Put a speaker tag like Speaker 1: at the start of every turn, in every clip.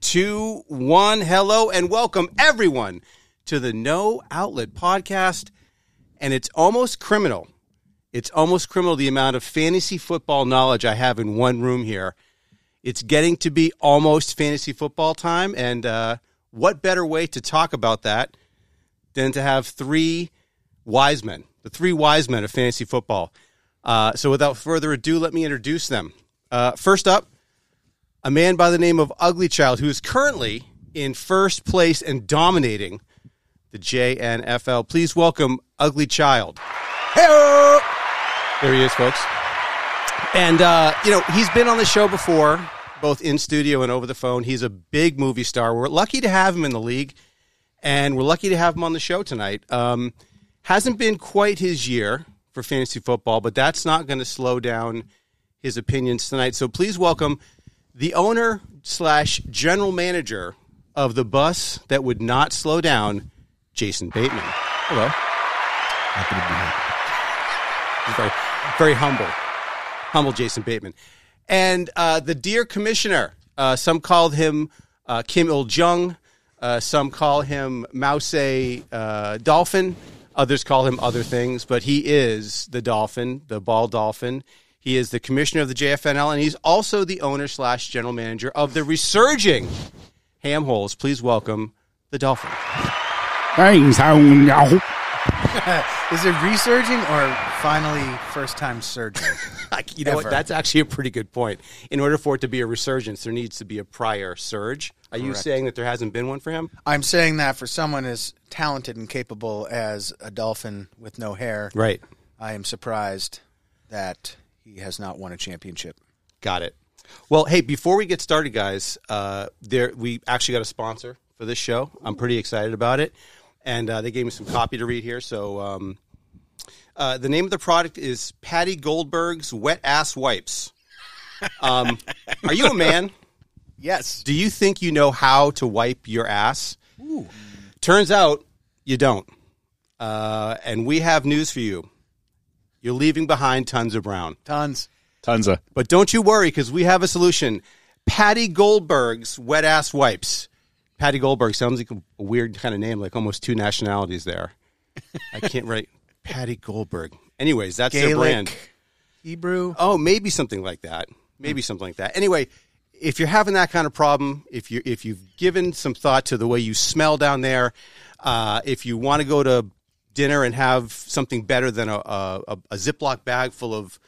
Speaker 1: two, one. Hello and welcome everyone to the No Outlet podcast. And it's almost criminal. It's almost criminal the amount of fantasy football knowledge I have in one room here. It's getting to be almost fantasy football time. And uh, what better way to talk about that than to have three wise men, the three wise men of fantasy football. Uh, so without further ado, let me introduce them. Uh, first up, a man by the name of Ugly Child, who is currently in first place and dominating the JNFL. Please welcome Ugly Child. Hey! There he is, folks. And, uh, you know, he's been on the show before, both in studio and over the phone. He's a big movie star. We're lucky to have him in the league, and we're lucky to have him on the show tonight. Um, hasn't been quite his year for fantasy football, but that's not going to slow down his opinions tonight. So please welcome the owner slash general manager of the bus that would not slow down, Jason Bateman. Hello.
Speaker 2: Happy to be
Speaker 1: He's very, very humble, humble Jason Bateman, and uh, the dear commissioner. Uh, some called him uh, Kim Il Jung. Uh, some call him Mouse uh, Dolphin. Others call him other things, but he is the Dolphin, the ball Dolphin. He is the commissioner of the JFNL, and he's also the owner slash general manager of the resurging Ham Holes. Please welcome the Dolphin.
Speaker 2: here.
Speaker 3: Is it resurging or finally first time surgeon?
Speaker 1: Like, you know what?
Speaker 3: Ever.
Speaker 1: That's actually a pretty good point. In order for it to be a resurgence, there needs to be a prior surge. Are you saying that there hasn't been one for him?
Speaker 3: I'm saying that for someone as talented and capable as a dolphin with no hair.
Speaker 1: Right.
Speaker 3: I am surprised that he has not won a championship.
Speaker 1: Got it. Well, hey, before we get started, guys, uh, there we actually got a sponsor for this show. I'm pretty excited about it, and uh, they gave me some copy to read here. So, um, uh, the name of the product is Patty Goldberg's Wet Ass Wipes. Um, are you a man?
Speaker 3: Yes.
Speaker 1: Do you think you know how to wipe your ass? Turns out you don't. Uh, and we have news for you. You're leaving behind tons of brown.
Speaker 3: Tons.
Speaker 2: Tons of.
Speaker 1: But don't you worry because we have a solution. Patty Goldberg's wet ass wipes. Patty Goldberg sounds like a weird kind of name, like almost two nationalities there. I can't write Patty Goldberg. Anyways, that's their
Speaker 3: Gaelic.
Speaker 1: brand.
Speaker 3: Hebrew.
Speaker 1: Oh, maybe something like that. Maybe something like that. Anyway, if you're having that kind of problem, if you if you've given some thought to the way you smell down there, uh, if you want to go to dinner and have something better than a a, a- a Ziploc bag full of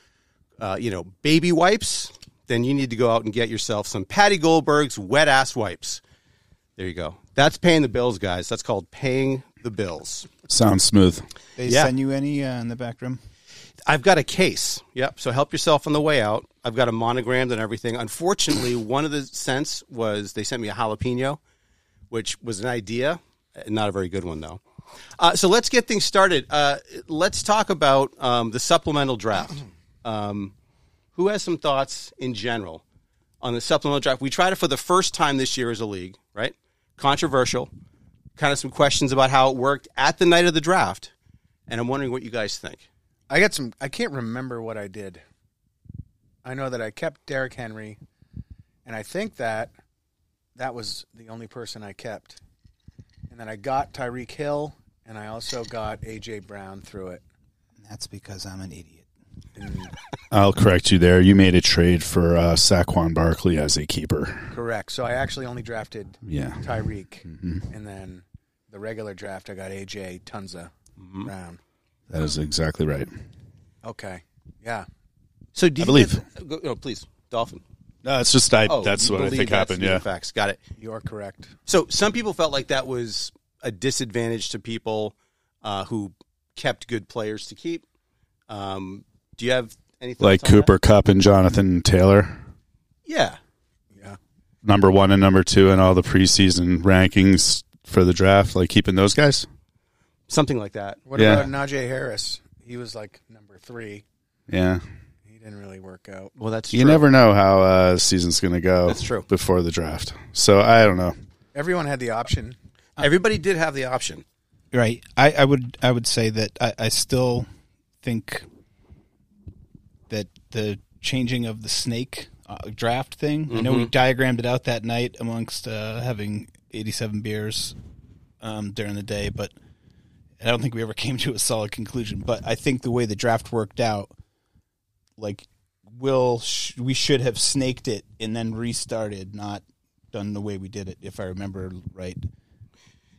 Speaker 1: uh, you know baby wipes, then you need to go out and get yourself some Patty Goldberg's wet ass wipes. There you go. That's paying the bills, guys. That's called paying the bills.
Speaker 2: Sounds smooth.
Speaker 4: They
Speaker 1: Yeah.
Speaker 4: send you any uh, in the back room?
Speaker 1: I've got a case. Yep. So help yourself on the way out. I've got a monogrammed and everything. Unfortunately, one of the scents was they sent me a jalapeno, which was an idea, eh, not a very good one though. Uh, so let's get things started. Uh, let's talk about um, the supplemental draft. Um, who has some thoughts in general on the supplemental draft? We tried it for the first time this year as a league, right? Controversial. Kind of some questions about how it worked at the night of the draft, and I'm wondering what you guys think.
Speaker 3: I got some. I can't remember what I did. I know that I kept Derrick Henry, and I think that that was the only person I kept. And then I got Tyreek Hill, and I also got AJ Brown through it.
Speaker 4: That's because I'm an idiot.
Speaker 2: I'll correct you there. You made a trade for uh, Saquon Barkley as a keeper.
Speaker 3: Correct. So I actually only drafted
Speaker 2: Yeah. Mm-hmm.
Speaker 3: Tyreek, and then the regular draft I got AJ Tunza
Speaker 2: Mm-hmm.
Speaker 3: Brown.
Speaker 2: That is exactly right.
Speaker 3: Okay, yeah.
Speaker 1: So do
Speaker 2: I
Speaker 1: you
Speaker 2: believe.
Speaker 1: Get, go, no, please, Dolphin.
Speaker 2: No, it's just I.
Speaker 1: Oh,
Speaker 2: that's
Speaker 1: you
Speaker 2: what I
Speaker 1: believe
Speaker 2: think
Speaker 1: that's
Speaker 2: happened.
Speaker 1: the
Speaker 2: Yeah.
Speaker 1: facts. Got it.
Speaker 3: You're correct.
Speaker 1: So some people felt like that was a disadvantage to people uh, who kept good players to keep. Um, do you have anything
Speaker 2: Like Cooper Cup and Jonathan Taylor,
Speaker 1: Yeah.
Speaker 3: Yeah,
Speaker 2: number one and number two in all the preseason rankings for the draft. Like keeping those guys.
Speaker 1: Something like that.
Speaker 3: What
Speaker 2: Yeah.
Speaker 3: about Najee Harris? He was like number three.
Speaker 2: Yeah.
Speaker 3: He didn't really work out.
Speaker 1: Well, that's
Speaker 2: You
Speaker 1: true.
Speaker 2: never know how uh, season's going to go.
Speaker 1: That's true.
Speaker 2: Before the draft, so I don't know.
Speaker 3: Everyone had the option.
Speaker 1: Everybody did have the option.
Speaker 4: Right. I, I would I would say that I, I still think that the changing of the snake uh, draft thing. I know we diagrammed it out that night amongst uh, having 87 beers um, during the day, but I don't think we ever came to a solid conclusion. But I think the way the draft worked out, like, will sh- we should have snaked it and then restarted, not done the way we did it, if I remember right.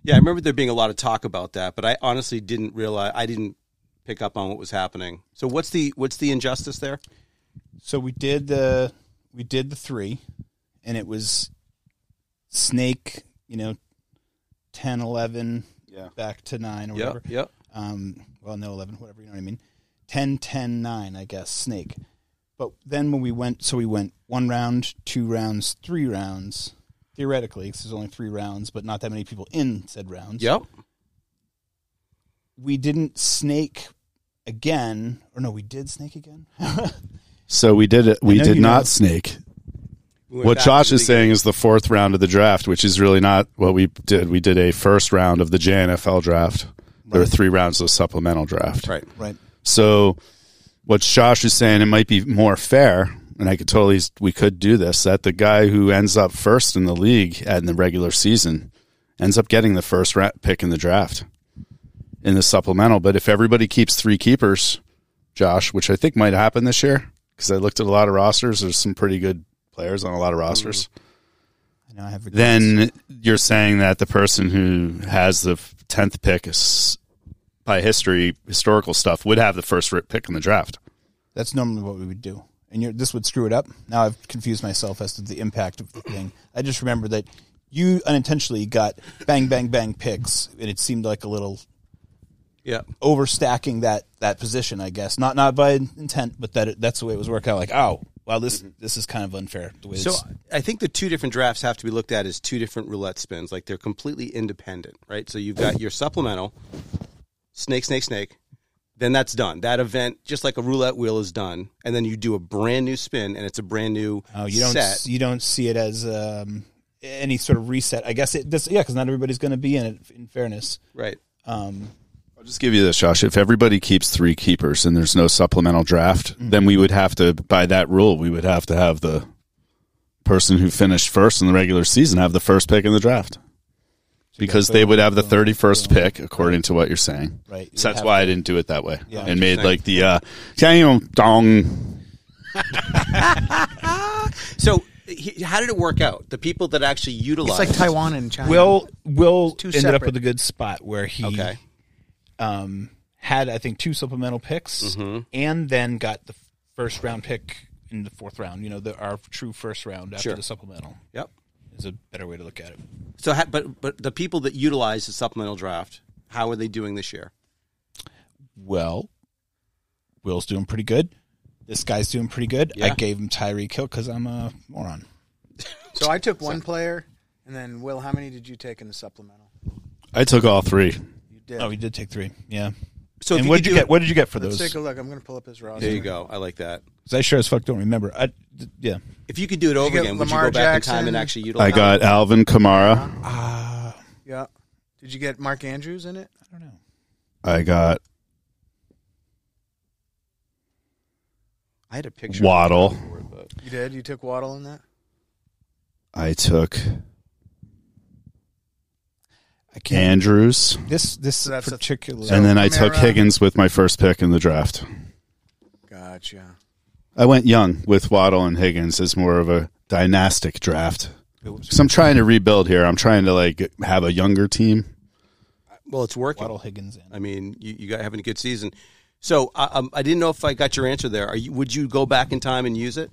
Speaker 1: Yeah, I remember there being a lot of talk about that, but I honestly didn't realize I didn't pick up on what was happening. So what's the what's the injustice there?
Speaker 4: So we did the we did the three, and it was snake, you know, 10, 11,
Speaker 2: Yeah.
Speaker 4: back to nine or
Speaker 1: Yeah,
Speaker 4: whatever.
Speaker 1: yeah.
Speaker 4: Um, well, no, 11, whatever, you know what I mean? 10, 10, 9, I guess, snake. But then when we went, so we went one round, two rounds, three rounds, theoretically, 'cause there's only three rounds, but not that many people in said rounds
Speaker 1: Yep.
Speaker 4: we didn't snake again, or no, we did snake again.
Speaker 2: So we did it. We
Speaker 4: know
Speaker 2: did
Speaker 4: you
Speaker 2: not
Speaker 4: know.
Speaker 2: snake.
Speaker 1: We went
Speaker 2: What
Speaker 1: back
Speaker 2: Josh
Speaker 1: to
Speaker 2: is
Speaker 1: the-
Speaker 2: saying is the fourth round of the draft, which is really not what we did. We did a first round of the JNFL draft. There were three rounds of supplemental draft.
Speaker 1: Right.
Speaker 4: right.
Speaker 2: So what Josh is saying, it might be more fair, and I could totally we could do this, that the guy who ends up first in the league at in the regular season ends up getting the first ra- pick in the draft in the supplemental. But if everybody keeps three keepers, Josh, which I think might happen this year, because I looked at a lot of rosters, there's some pretty good players on a lot of rosters
Speaker 4: I know I have regrets.
Speaker 2: then you're saying that the person who has the f- 10th pick is, by history historical stuff would have the first ri- pick in the draft
Speaker 4: that's normally what we would do. And you're, this would screw it up. Now I've confused myself as to the impact of the thing. I just remember that you unintentionally got bang, bang, bang picks, and it seemed like a little
Speaker 1: Yeah.
Speaker 4: overstacking that that position. I guess not not by intent, but that it, that's the way it was working out. Like, oh, wow, this this is kind of unfair. The way
Speaker 1: So
Speaker 4: it's-
Speaker 1: I think the two different drafts have to be looked at as two different roulette spins. Like they're completely independent, right? So you've got your supplemental, snake, snake, snake. Then that's done. That event, just like a roulette wheel, is done. And then you do a brand new spin, and it's a brand new
Speaker 4: Oh, you don't
Speaker 1: set.
Speaker 4: you don't see it as um, any sort of reset. I guess it does. Yeah, because not everybody's going to be in it. In fairness,
Speaker 1: Right.
Speaker 4: um,
Speaker 2: i'll just give you this josh if everybody keeps three keepers and there's no supplemental draft then we would have to by that rule we would have to have the person who finished first in the regular season have the first pick in the draft because they would have the 31st pick according to what you're saying
Speaker 4: Right.
Speaker 2: so
Speaker 4: You
Speaker 2: that's
Speaker 4: have
Speaker 2: why i didn't do it that way
Speaker 4: Yeah.
Speaker 2: and made like the uh damn dong
Speaker 1: So he, how did it work out? The people that actually
Speaker 3: It's
Speaker 1: utilized
Speaker 3: like Taiwan and China.
Speaker 4: Will Will
Speaker 3: two
Speaker 4: ended up
Speaker 3: separate.
Speaker 4: with a good spot where he
Speaker 1: Okay.
Speaker 4: um, had I think two supplemental picks and then got the f- first round pick in the fourth round. You know, the, our true first round after
Speaker 1: Sure.
Speaker 4: the supplemental
Speaker 1: Yep.
Speaker 4: is a better way to look at it.
Speaker 1: So, ha- but but the people that utilize the supplemental draft, how are they doing this year?
Speaker 4: well, Will's doing pretty good. This guy's doing pretty good. I
Speaker 1: Yeah.
Speaker 4: gave him Tyreek Hill because I'm a moron.
Speaker 3: So I took one player, and then Will, how many did you take in the supplemental?
Speaker 2: I took all three.
Speaker 3: You did.
Speaker 4: Oh, he did take three. Yeah.
Speaker 1: So, if
Speaker 4: and what
Speaker 1: could
Speaker 4: did you
Speaker 1: do-
Speaker 4: get? What did you get for
Speaker 3: Let's
Speaker 4: those?
Speaker 3: take a look. I'm going to pull up his roster.
Speaker 1: There you go. I like that.
Speaker 4: 'Cause I sure as fuck don't remember. I d- yeah.
Speaker 1: If you could do it over
Speaker 3: get
Speaker 1: again, would you
Speaker 3: Lamar
Speaker 1: go back in time
Speaker 3: Jackson?
Speaker 1: and actually utilize?
Speaker 2: I got Alvin Kamara.
Speaker 3: Yeah. Did you get Mark Andrews in it?
Speaker 4: I don't know.
Speaker 2: I got
Speaker 1: I had a picture.
Speaker 2: Waddle.
Speaker 3: You did. You took Waddle in that.
Speaker 2: I took
Speaker 4: I can't.
Speaker 2: Andrews.
Speaker 4: this this
Speaker 3: So that's a-
Speaker 4: particular.
Speaker 2: And then I
Speaker 3: Kamara.
Speaker 2: took Higgins with my first pick in the draft.
Speaker 3: Gotcha.
Speaker 2: I went young with Waddle and Higgins as more of a dynastic draft. So I'm trying to rebuild here. I'm trying to like have a younger team.
Speaker 1: Well, it's working.
Speaker 4: Waddle Higgins in.
Speaker 1: I mean, you, you got having a good season. So I, um, I didn't know if I got your answer there. Are you, would you go back in time and use it?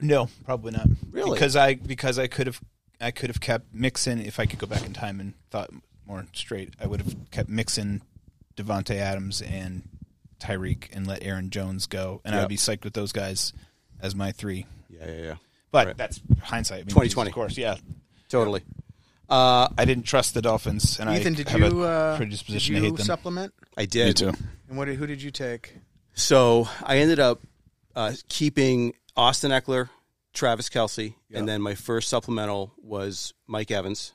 Speaker 4: No, probably not.
Speaker 1: Really?
Speaker 4: Because I because I could have I could have kept Mixon if I could go back in time and thought more straight. I would have kept Mixon, Devonte Adams, and Tyreek, and let Aaron Jones go, and I
Speaker 1: Yep.
Speaker 4: would be psyched with those guys as my three.
Speaker 1: Yeah, yeah, yeah.
Speaker 4: But
Speaker 1: Right.
Speaker 4: that's hindsight. I mean,
Speaker 1: 2020.
Speaker 4: of course. Yeah,
Speaker 1: Totally. Uh,
Speaker 4: I didn't trust the Dolphins, and
Speaker 3: Ethan,
Speaker 4: I
Speaker 3: did
Speaker 4: have
Speaker 3: you
Speaker 4: a
Speaker 3: uh, did
Speaker 4: predisposition
Speaker 3: you
Speaker 4: to hate them.
Speaker 3: supplement?
Speaker 1: I did.
Speaker 2: Me too.
Speaker 3: And what? Who did you take?
Speaker 1: So I ended up uh, keeping Austin Eckler, Travis Kelsey, and then my first supplemental was Mike Evans.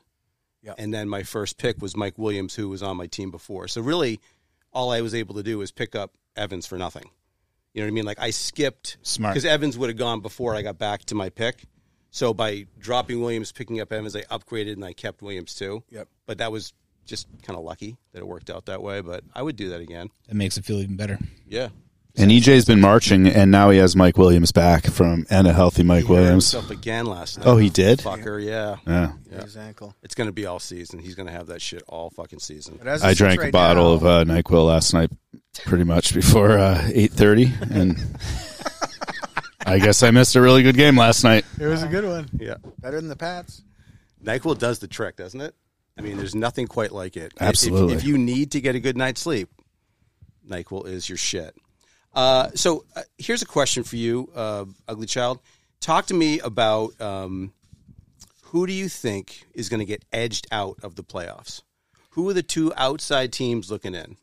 Speaker 3: Yeah.
Speaker 1: And then my first pick was Mike Williams, who was on my team before. So really, all I was able to do was pick up Evans for nothing. You know what I mean? Like I skipped
Speaker 4: Smart.
Speaker 1: because Evans would have gone before I got back to my pick. So by dropping Williams, picking up Evans, I upgraded and I kept Williams too.
Speaker 3: Yep.
Speaker 1: But that was just kind of lucky that it worked out that way. But I would do that again.
Speaker 4: That makes it feel even better.
Speaker 1: Yeah.
Speaker 2: And EJ's been marching, and now he has Mike Williams back from and a healthy Mike
Speaker 1: Hurt
Speaker 2: Williams.
Speaker 1: himself again last night.
Speaker 2: Oh, he did.
Speaker 1: fucker. Yeah.
Speaker 2: Yeah,
Speaker 3: His ankle.
Speaker 1: It's gonna be all season. He's gonna have that shit all fucking season.
Speaker 3: But as it
Speaker 2: I
Speaker 3: sits
Speaker 2: drank a
Speaker 3: right
Speaker 2: bottle
Speaker 3: now-
Speaker 2: of uh, Nyquil last night, pretty much before uh, eight thirty, and I guess I missed a really good game last night.
Speaker 3: It was a good one.
Speaker 1: Yeah.
Speaker 3: Better than the Pats.
Speaker 1: Nyquil does the trick, doesn't it? I mean, there's nothing quite like it. If-
Speaker 2: Absolutely.
Speaker 1: If, you need to get a good night's sleep, Nyquil is your shit. Uh, so uh, here's a question for you, uh, Ugly Child. Talk to me about um, who do you think is going to get edged out of the playoffs? Who are the two outside teams looking in?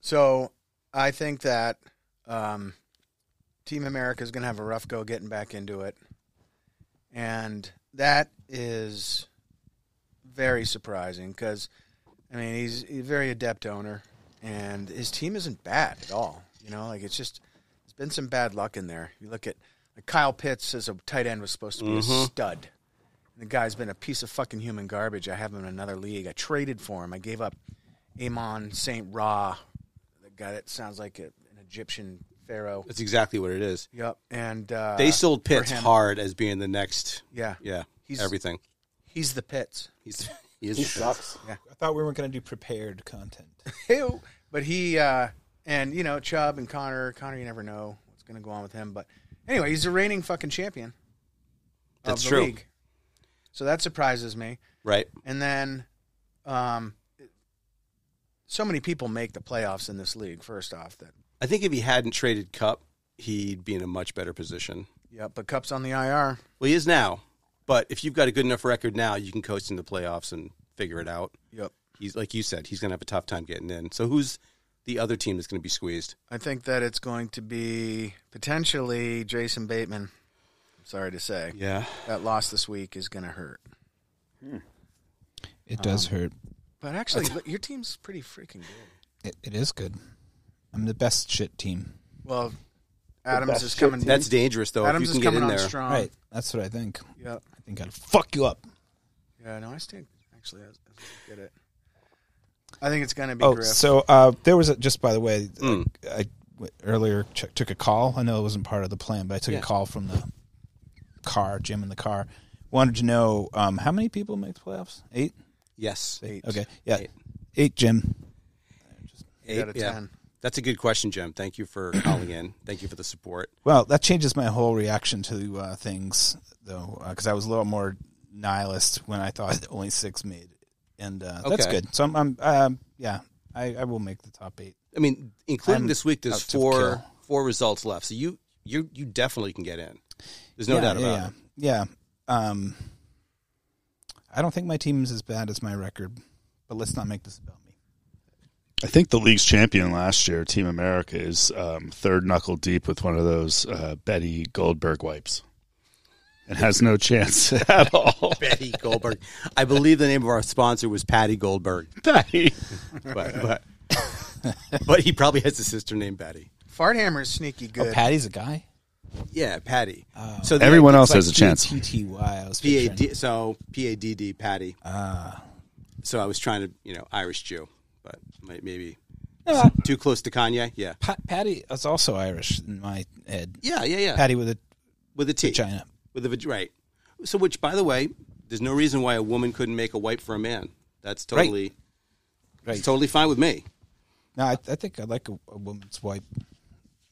Speaker 3: So I think that um, Team America is going to have a rough go getting back into it, and that is very surprising because I mean he's a very adept owner, and his team isn't bad at all. You know, like it's just there's been some bad luck in there. You look at like Kyle Pitts as a tight end was supposed to be a stud. And the guy's been a piece of fucking human garbage. I have him in another league. I traded for him. I gave up Amon Saint Ra, the guy that sounds like a, an Egyptian pharaoh.
Speaker 1: That's exactly what it is.
Speaker 3: Yep. And uh,
Speaker 1: They sold
Speaker 3: for
Speaker 1: Pitts
Speaker 3: him.
Speaker 1: hard as being the next.
Speaker 3: Yeah.
Speaker 1: Yeah,
Speaker 3: He's-
Speaker 1: everything.
Speaker 3: He's the Pitts.
Speaker 1: He's he is
Speaker 5: sucks.
Speaker 4: I thought we weren't going to do prepared content.
Speaker 3: Ew. But he uh, and you know Chubb and Connor. Connor, you never know what's going to go on with him. But anyway, he's the reigning fucking champion. Of
Speaker 1: That's
Speaker 3: the
Speaker 1: true.
Speaker 3: League. So that surprises me.
Speaker 1: right.
Speaker 3: And then, um, so many people make the playoffs in this league. First off, that
Speaker 1: I think if he hadn't traded Cup, he'd be in a much better position.
Speaker 3: yep. But Cup's on the IR.
Speaker 1: Well, he is now, but if you've got a good enough record now, you can coast in the playoffs and figure it out.
Speaker 3: Yep.
Speaker 1: He's like you said, he's going to have a tough time getting in. So who's the other team that's going to be squeezed?
Speaker 3: I think that it's going to be potentially Jason Bateman. Sorry to say,
Speaker 1: Yeah,
Speaker 3: that loss this week is going to hurt.
Speaker 4: It does hurt.
Speaker 3: But actually, look, your team's pretty freaking good.
Speaker 4: It, it is good. I'm the best shit team.
Speaker 3: Well, Adams
Speaker 5: best
Speaker 3: is
Speaker 5: shit
Speaker 3: coming.
Speaker 5: team.
Speaker 1: that's dangerous though.
Speaker 3: Adams
Speaker 1: if
Speaker 3: is
Speaker 1: you can
Speaker 3: coming
Speaker 1: get in
Speaker 3: on
Speaker 1: there,
Speaker 3: strong.
Speaker 4: right. That's what I think.
Speaker 3: Yep.
Speaker 4: I think I'd fuck you up.
Speaker 3: Yeah. No, I think actually I, I get it. I think it's going to be
Speaker 4: Oh,
Speaker 3: Griff.
Speaker 4: so uh, there was a, just by the way,
Speaker 1: Hmm.
Speaker 4: I, I w- earlier ch- took a call. I know it wasn't part of the plan, but I took a call from the car, Jim in the car. Wanted to know um, how many people make the playoffs? Eight?
Speaker 1: yes,
Speaker 3: Eight.
Speaker 4: Okay. Yeah. Eight, Jim.
Speaker 3: Eight out of
Speaker 1: yeah.
Speaker 3: 10.
Speaker 1: That's a good question, Jim. Thank you for calling in. Thank you for the support.
Speaker 4: Well, that changes my whole reaction to uh, things, though, because I was a little more nihilist when I thought only six made, and uh, that's
Speaker 1: Okay.
Speaker 4: good. So I'm, I'm um, yeah, I, I will make the top eight.
Speaker 1: I mean, including
Speaker 4: I'm
Speaker 1: this week, there's
Speaker 4: out to
Speaker 1: four
Speaker 4: kill.
Speaker 1: four results left. So you you you definitely can get in. There's no
Speaker 4: yeah,
Speaker 1: doubt
Speaker 4: yeah,
Speaker 1: about it.
Speaker 4: yeah, Yeah. Um, I don't think my team is as bad as my record, but let's not make this about me.
Speaker 2: I think the league's champion last year, Team America, is um, third knuckle deep with one of those uh, Betty Goldberg wipes, and has no chance at all.
Speaker 1: Patty Goldberg. I believe the name of our sponsor was Patty Goldberg,
Speaker 2: Betty.
Speaker 1: but but, but he probably has a sister named Betty.
Speaker 3: Farthammer is sneaky good.
Speaker 4: Oh, Patty's a guy.
Speaker 1: Yeah, Patty.
Speaker 4: Oh.
Speaker 1: So the-
Speaker 2: Everyone else
Speaker 4: It's like
Speaker 2: has a chance.
Speaker 4: T T Y. I was
Speaker 1: P A
Speaker 4: picturing.
Speaker 1: D. So P A D D. Patty.
Speaker 4: Ah.
Speaker 1: So I was trying to, you know, Irish Jew, but may- maybe
Speaker 4: No,
Speaker 1: too close to Kanye. Yeah.
Speaker 4: Pa- Patty is also Irish in my head.
Speaker 1: Yeah, yeah, yeah.
Speaker 4: Patty with a
Speaker 1: with a T.
Speaker 4: vagina.
Speaker 1: With a vag- right. So, which, by the way, there's no reason why a woman couldn't make a wipe for a man. That's totally,
Speaker 4: Right.
Speaker 1: It's totally fine with me.
Speaker 4: No, I, I think I like a, a woman's wipe.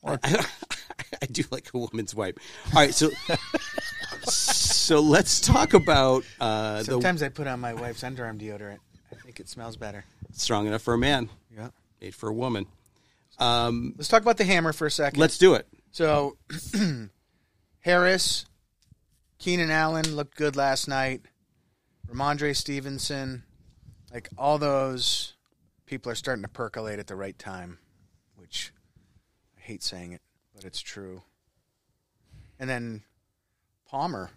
Speaker 1: I, I do like a woman's wipe. All right, so so let's talk about uh, the
Speaker 3: Sometimes I put on my wife's underarm deodorant. I think it smells better.
Speaker 1: strong enough for a man,
Speaker 3: Yeah.
Speaker 1: made for a woman.
Speaker 3: Let's talk about the hammer for a 2nd
Speaker 1: Let's do it.
Speaker 3: So Harris, Keenan Allen looked good last night. Ramondre Stevenson, like all those people are starting to percolate at the right time, which I hate saying it, but it's true. And then Palmer.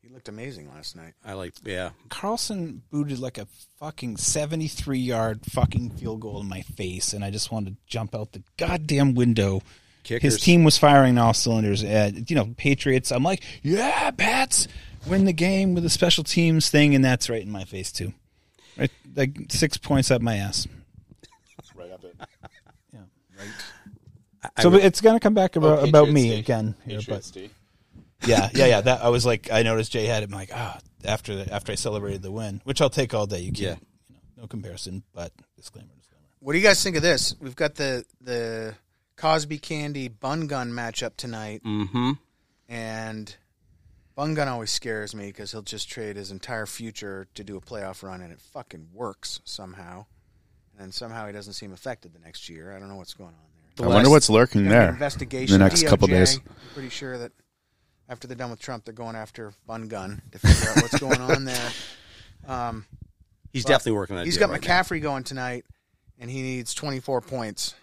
Speaker 3: He He looked amazing last night.
Speaker 1: I like, yeah.
Speaker 4: Carlson booted like a fucking 73 yard fucking field goal in my face, and I just wanted to jump out the goddamn window.
Speaker 1: Kickers.
Speaker 4: His team was firing all cylinders. At, you know, Patriots. I'm like, yeah, Pats win the game with a special teams thing, and that's right in my face, too. Right, like six points up my ass.
Speaker 2: Right up it.
Speaker 1: I Oh,
Speaker 4: So
Speaker 1: re-
Speaker 4: it's going to come back about, about me again. Here, but
Speaker 2: Patriots D.
Speaker 4: yeah, yeah, yeah. That I was like, I noticed Jay had it. I'm like, ah, after the, after I celebrated the win, which I'll take all day. You can't, you know, no comparison, but disclaimer, disclaimer.
Speaker 3: What do you guys think of this? We've got the the Cosby Candy Bun Gun matchup tonight,
Speaker 1: Mm-hmm.
Speaker 3: and Bun Gun always scares me because he'll just trade his entire future to do a playoff run, and it fucking works somehow. And somehow he doesn't seem affected the next year. I don't know what's going on there.
Speaker 2: I wonder what's lurking
Speaker 3: Gonna be an
Speaker 2: there.
Speaker 3: Investigation.
Speaker 2: in the next couple
Speaker 3: DOJ.
Speaker 2: days.
Speaker 3: I'm pretty sure that after they're done with Trump, they're going after Bun Gun to figure out what's going on there. Um,
Speaker 1: He's
Speaker 3: Well,
Speaker 1: definitely working on that.
Speaker 3: He's
Speaker 1: deal
Speaker 3: got
Speaker 1: right now.
Speaker 3: McCaffrey going tonight, and he needs 24 points.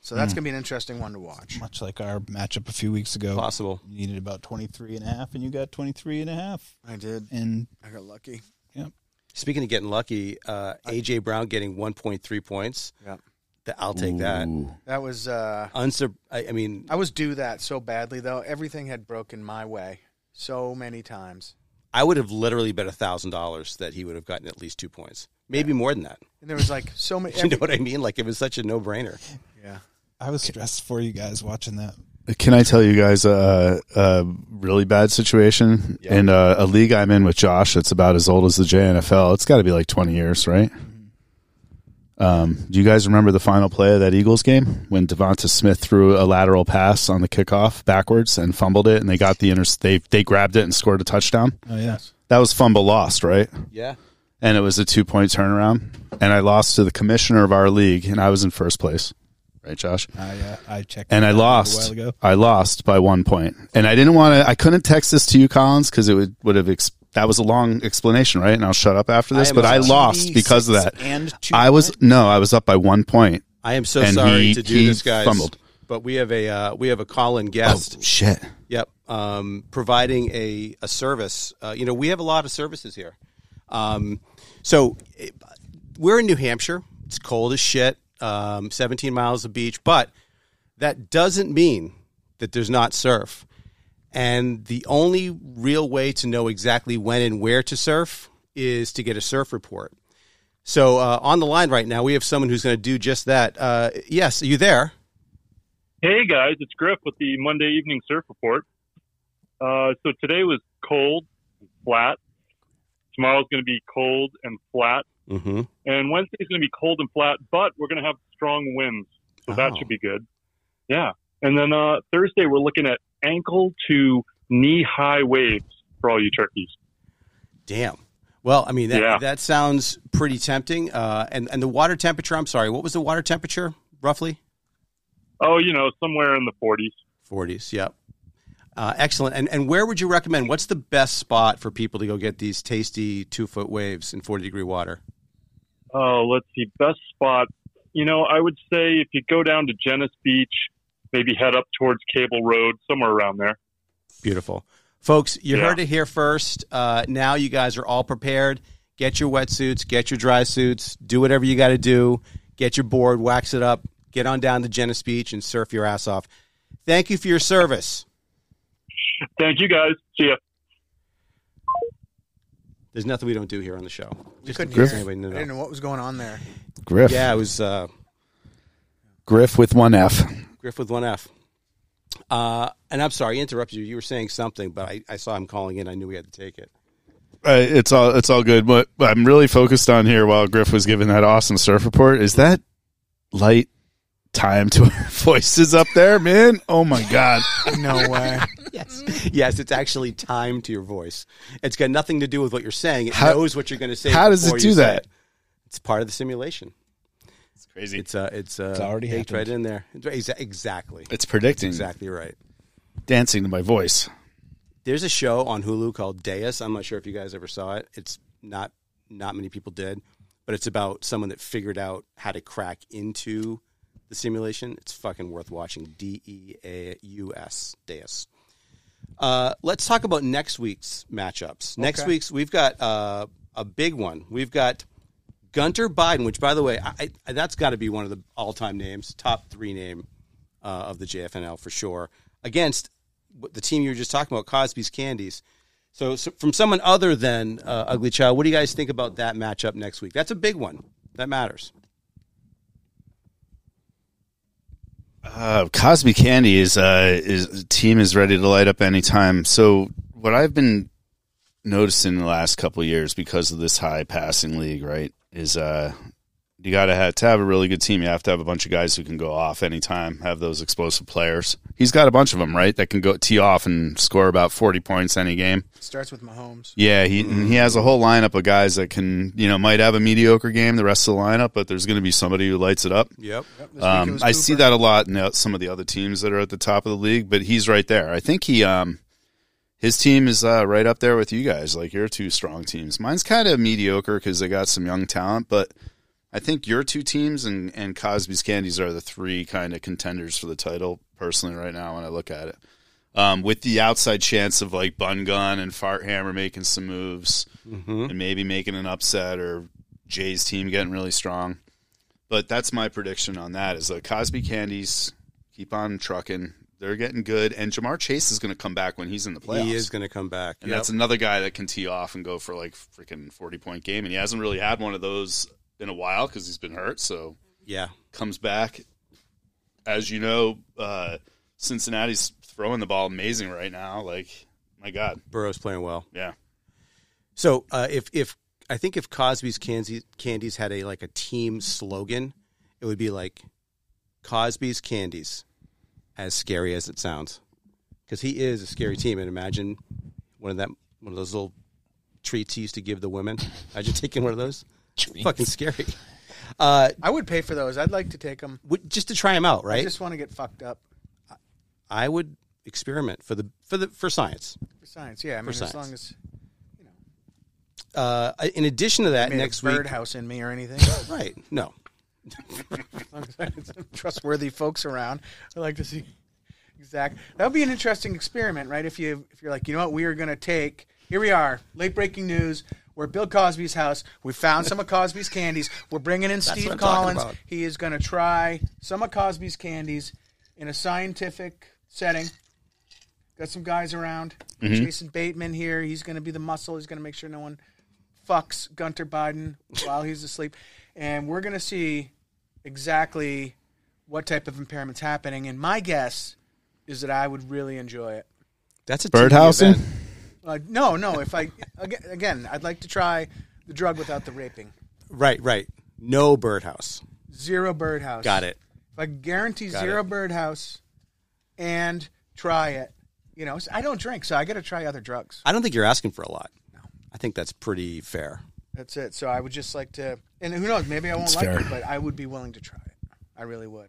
Speaker 3: So
Speaker 2: Hmm.
Speaker 3: that's going to be an interesting one to watch.
Speaker 4: Much like our matchup a few weeks ago,
Speaker 1: Possible.
Speaker 4: you needed about 23 and a half, and you got 23 and a half.
Speaker 3: I did.
Speaker 4: And
Speaker 3: I got lucky.
Speaker 4: yeah,
Speaker 1: Speaking of getting lucky, uh, AJ Brown getting 1.3 points.
Speaker 3: Yeah,
Speaker 1: Th- I'll take that.
Speaker 2: Ooh.
Speaker 3: that was. Uh,
Speaker 1: Unsur- I, I mean,
Speaker 3: I was due that so badly though. Everything had broken my way so many times,
Speaker 1: I would have literally bet thousand dollars that he would have gotten at least two points, maybe more than that.
Speaker 3: and there was like so many.
Speaker 1: You know what I mean? Like it was such a no-brainer.
Speaker 3: yeah,
Speaker 4: I was stressed for you guys watching that.
Speaker 2: Can I tell you guys a, a really bad situation in uh, a, a league I'm in with Josh? That's about as old as the JNFL. It's got to be like 20 years, right? Um, do you guys remember the final play of that Eagles game when Devonta Smith threw a lateral pass on the kickoff backwards and fumbled it, and they got the inter- they they grabbed it and scored a touchdown?
Speaker 4: Oh yeah,
Speaker 2: That was fumble lost, right?
Speaker 1: Yeah.
Speaker 2: And it was a two point turnaround, and I lost to the commissioner of our league, and I was in first place, right, Josh?
Speaker 4: I uh, I checked
Speaker 2: and I
Speaker 4: that out
Speaker 2: lost.
Speaker 4: a while ago.
Speaker 2: I lost by one point, and I didn't want to. I couldn't text this to you, Collins, because it would would have. Ex- that was a long explanation, right? And I'll shut up after this.
Speaker 1: am
Speaker 2: but I
Speaker 1: up
Speaker 2: lost because of that.
Speaker 4: 26 and two
Speaker 2: I was no, I was up by one point.
Speaker 1: I am so
Speaker 2: And
Speaker 1: sorry
Speaker 2: he-
Speaker 1: to do
Speaker 2: he
Speaker 1: this, guys.
Speaker 2: fumbled.
Speaker 1: But we have a uh, we have a call-in guest.
Speaker 2: shit!
Speaker 1: Yep, um, providing a a service. Uh, you know, we have a lot of services here. Um, so it- we're in New Hampshire. It's cold as shit. Um, Seventeen miles of beach, but that doesn't mean that there's not surf. And the only real way to know exactly when and where to surf is to get a surf report. So uh, on the line right now, we have someone who's going to do just that. Uh, yes, are you there?
Speaker 5: Hey guys, it's Griff with the Monday Evening Surf Report. Uh, so today was cold and flat. Tomorrow's going to be cold and flat.
Speaker 1: Mm-hmm.
Speaker 5: And Wednesday's going to be cold and flat, but we're going to have strong winds. So that
Speaker 1: Oh.
Speaker 5: should be good. Yeah. And then uh, Thursday, we're looking at ankle to knee high waves for all you turkeys.
Speaker 1: Damn. Well, I mean that
Speaker 5: Yeah.
Speaker 1: that sounds pretty tempting. Uh, and and the water temperature. I'm sorry, what was the water temperature roughly?
Speaker 5: Oh, you know, somewhere in the 40s.
Speaker 1: Forties. Yep. Uh, excellent. And and where would you recommend? What's the best spot for people to go get these tasty two foot waves in forty degree water?
Speaker 5: Oh, let's see. Best spot. You know, I would say if you go down to Genis Beach, maybe head up towards Cable Road, somewhere around there.
Speaker 1: Beautiful, folks. You
Speaker 5: Yeah.
Speaker 1: heard it here first. Uh, now you guys are all prepared. Get your wetsuits. Get your dry suits. Do whatever you got to do. Get your board. Wax it up. Get on down to Genesis Beach and surf your ass off. Thank you for your service.
Speaker 5: Thank you guys. See ya.
Speaker 1: There's nothing we don't do here on the show.
Speaker 3: we couldn't
Speaker 2: Griff.
Speaker 3: hear.
Speaker 1: Anybody
Speaker 3: I
Speaker 1: know that?
Speaker 3: didn't know what was going on there.
Speaker 2: Griff,
Speaker 1: Yeah, it was uh,
Speaker 2: Griff with one F.
Speaker 1: Griff with one F. Uh, and I'm sorry, I interrupted you. You were saying something, but I, I saw him calling in. I knew we had to take it.
Speaker 2: Uh, it's all it's all good. What I'm really focused on here, while Griff was giving that awesome surf report, is that light time to our voices up there, man. Oh my god.
Speaker 3: No way.
Speaker 1: Yes, yes, it's actually time to your voice. It's got nothing to do with what you're saying. It
Speaker 2: How-
Speaker 1: knows what you're going to say.
Speaker 2: how does it
Speaker 1: before you
Speaker 2: do
Speaker 1: say
Speaker 2: that?
Speaker 1: it. It's part of the simulation.
Speaker 2: It's crazy.
Speaker 1: It's uh, it's uh,
Speaker 4: It's already
Speaker 1: baked right
Speaker 4: happened.
Speaker 1: in there. It's- exa- Exactly,
Speaker 2: It's predicting
Speaker 1: exactly right.
Speaker 2: dancing to my voice.
Speaker 1: There's a show on Hulu called Deus. I'm not sure if you guys ever saw it. It's not not many people did, but it's about someone that figured out how to crack into the simulation. It's fucking worth watching. D E A U S Deus. Uh, let's talk about next week's matchups. Next
Speaker 3: Okay.
Speaker 1: week's we've got uh, a big one. We've got Gunter Biden, which by the way, I, I, that's got to be one of the all-time names, top three name uh, of the JFNL for sure. Against what- the team you were just talking about, Cosby's Candies. So, so from someone other than uh, Ugly Child, what do you guys think about that matchup next week? That's a big one. That matters.
Speaker 2: Uh, Cosby Candy is uh, is team is ready to light up anytime. So what I've been noticing the last couple of years because of this high passing league, right, is uh, you got to have to have a really good team. You have to have a bunch of guys who can go off anytime, have those explosive players. He's got a bunch of them, right, that can go tee off and score about forty points any game.
Speaker 3: Starts with Mahomes.
Speaker 2: Yeah, he and he has a whole lineup of guys that can, you know, might have a mediocre game the rest of the lineup, but there's going to be somebody who lights it up.
Speaker 1: Yep.
Speaker 3: Yep, this week it
Speaker 2: Um,
Speaker 3: was
Speaker 2: I see
Speaker 3: Cooper.
Speaker 2: that a lot in uh, some of the other teams that are at the top of the league, but he's right there. I think he, um, his team is uh, right up there with you guys. Like your two strong teams. Mine's kind of mediocre because they got some young talent, but I think your two teams and and Cosby's Candies are the three kind of contenders for the title personally right now. When I look at it, um, with the outside chance of like Bun Gun and Fart Hammer making some moves
Speaker 1: Mm-hmm.
Speaker 2: and maybe making an upset or Jay's team getting really strong. But that's my prediction on that is the Cosby Candies keep on trucking. They're getting good, and Jamar Chase is going to come back when he's in the playoffs.
Speaker 1: He is going to come back.
Speaker 2: and
Speaker 1: Yep.
Speaker 2: that's another guy that can tee off and go for like freaking forty point game, and he hasn't really had one of those in a while because he's been hurt. So
Speaker 1: yeah.
Speaker 2: comes back. As you know, uh, Cincinnati's throwing the ball amazing right now. Like my God,
Speaker 1: Burrow's playing well.
Speaker 2: yeah.
Speaker 1: So uh, if if I think if Cosby's Candies, Candies had a like a team slogan, it would be like Cosby's Candies, as scary as it sounds, because he is a scary team. And imagine one of that one of those little treats he used to give the women. Imagine taking one of those. Fucking scary. Uh,
Speaker 3: I would pay for those. I'd like to take them.
Speaker 1: would- just to try him out,
Speaker 3: I
Speaker 1: right?
Speaker 3: just want to get fucked up
Speaker 1: I would experiment for the for the for science.
Speaker 3: for science. Yeah, I mean,
Speaker 1: science.
Speaker 3: as long as
Speaker 1: Uh, in addition to that,
Speaker 3: I
Speaker 1: next
Speaker 3: next
Speaker 1: week,
Speaker 3: birdhouse in me or anything.
Speaker 1: right? No,
Speaker 3: as long as I had some trustworthy folks around. I like to see exact. That would be an interesting experiment, right? If you if you're like, you know what, we are going to take. Here we are, late breaking news. We're at Bill Cosby's house. We found some of Cosby's candies. We're bringing in Steve
Speaker 1: I'm talking
Speaker 3: Collins.
Speaker 1: about.
Speaker 3: He is going to try some of Cosby's candies in a scientific setting. Got some guys around.
Speaker 1: Mm-hmm.
Speaker 3: Jason Bateman here. He's going to be the muscle. He's going to make sure no one fucks Gunter Biden while he's asleep. And we're going to see exactly what type of impairment's happening. And my guess is that I would really enjoy it.
Speaker 1: that's a TV
Speaker 2: Birdhousing?
Speaker 1: event.
Speaker 3: Uh, no, no. If I again, again, I'd like to try the drug without the raping.
Speaker 1: Right, right. No birdhouse.
Speaker 3: Zero birdhouse.
Speaker 1: Got it.
Speaker 3: If I guarantee
Speaker 1: Got
Speaker 3: zero
Speaker 1: it.
Speaker 3: birdhouse, and try it. You know, so I don't drink, so I got to try other drugs.
Speaker 1: I don't think you're asking for a lot. I think that's pretty fair.
Speaker 3: That's it. So I would just like to, and who knows? Maybe I won't
Speaker 2: It's
Speaker 3: like
Speaker 2: fair.
Speaker 3: it, but I would be willing to try it. I really would.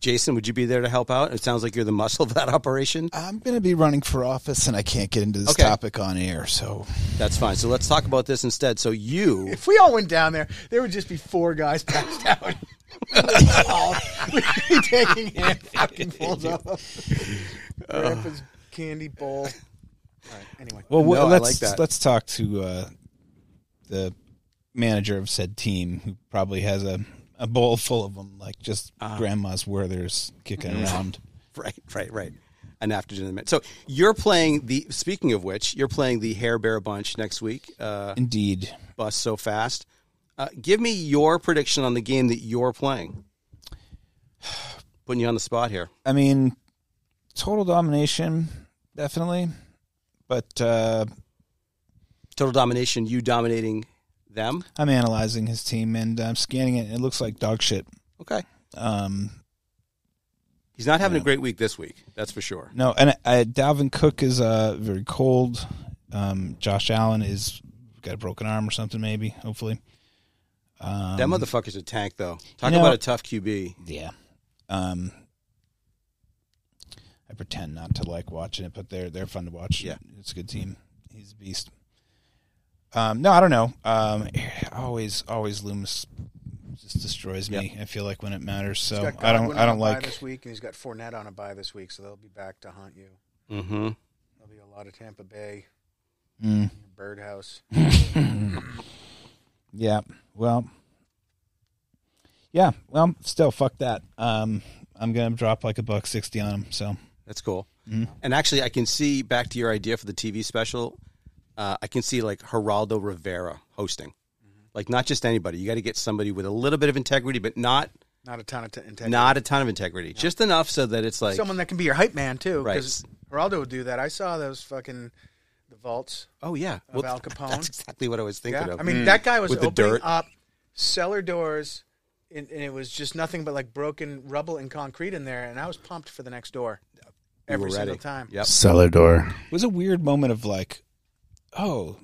Speaker 1: Jason, would you be there to help out? It sounds like you're the muscle of that operation.
Speaker 4: I'm going to be running for office, and I can't get into this
Speaker 1: Okay.
Speaker 4: topic on air. So
Speaker 1: That's fine. So let's talk about this instead. So you,
Speaker 3: If we all went down there, there would just be four guys passed out. All- We'd be taking hand fucking bowls off. Grandpa's candy bowl. All right, anyway.
Speaker 4: Well,
Speaker 1: No,
Speaker 4: well
Speaker 1: I
Speaker 4: let's
Speaker 1: like that.
Speaker 4: let's talk to uh, the manager of said team, who probably has a, a bowl full of them, like just
Speaker 1: Ah.
Speaker 4: grandma's Werthers kicking
Speaker 1: Mm.
Speaker 4: around.
Speaker 1: right, right, right. An afternoon in a minute. So you're playing the. Speaking of which, you're playing the Hair Bear Bunch next week. Uh,
Speaker 4: Indeed,
Speaker 1: bus so fast. Uh, give me your prediction on the game that you're playing. Putting you on the spot here.
Speaker 4: I mean, total domination, definitely, but uh,
Speaker 1: Total domination. You dominating them.
Speaker 4: I'm analyzing his team and I'm scanning it. And it looks like dog shit.
Speaker 1: Okay.
Speaker 4: Um,
Speaker 1: He's not having a great week this week. That's for sure.
Speaker 4: No, and I, Dalvin Cook is uh, very cold. Um, Josh Allen is got a broken arm or something, maybe. Hopefully, um,
Speaker 1: That motherfucker's a tank, though. Talk
Speaker 4: you know-
Speaker 1: about a tough QB.
Speaker 4: Yeah. Um, I pretend not to like watching it, but they're they're fun to watch.
Speaker 1: Yeah.
Speaker 4: it's a good team. He's a beast. Um, no, I don't know. Um, always always Loomis just just destroys me. I feel like when it matters.
Speaker 3: He's
Speaker 4: So
Speaker 3: got
Speaker 4: I don't.
Speaker 3: Godwin
Speaker 4: I
Speaker 3: on a
Speaker 4: don't
Speaker 3: bye
Speaker 4: like.
Speaker 3: this week, and he's got Fournette on a bye this week, so they'll be back to haunt you.
Speaker 1: Mm-hmm.
Speaker 3: There'll be a lot of Tampa Bay
Speaker 4: Mm.
Speaker 3: birdhouse.
Speaker 4: Yeah. Well. Yeah. Well, still, fuck that. Um, I'm gonna drop like a buck sixty on him. So
Speaker 1: That's cool.
Speaker 3: Mm-hmm.
Speaker 1: And actually, I can see back to your idea for the TV special. Uh, I can see like Geraldo Rivera hosting,
Speaker 3: Mm-hmm.
Speaker 1: like not just anybody. You got to get somebody with a little bit of integrity, but not
Speaker 3: Not a ton of t- integrity.
Speaker 1: not a ton of integrity, just enough so that it's like,
Speaker 3: Someone that can be your hype man too,
Speaker 1: Right.
Speaker 3: because Geraldo would do that. I saw those fucking the vaults.
Speaker 1: oh yeah,
Speaker 3: Of Al Capone.
Speaker 1: That's exactly what I was thinking
Speaker 3: yeah,
Speaker 1: of.
Speaker 3: I mean that guy was
Speaker 1: With the
Speaker 3: opening
Speaker 1: dirt.
Speaker 3: up cellar doors, and, and it was just nothing but like broken rubble and concrete in there. And I was pumped for the next door
Speaker 1: We were
Speaker 3: every single
Speaker 1: ready.
Speaker 3: time.
Speaker 1: Yep.
Speaker 2: Cellar door.
Speaker 4: it was a weird moment of like, oh,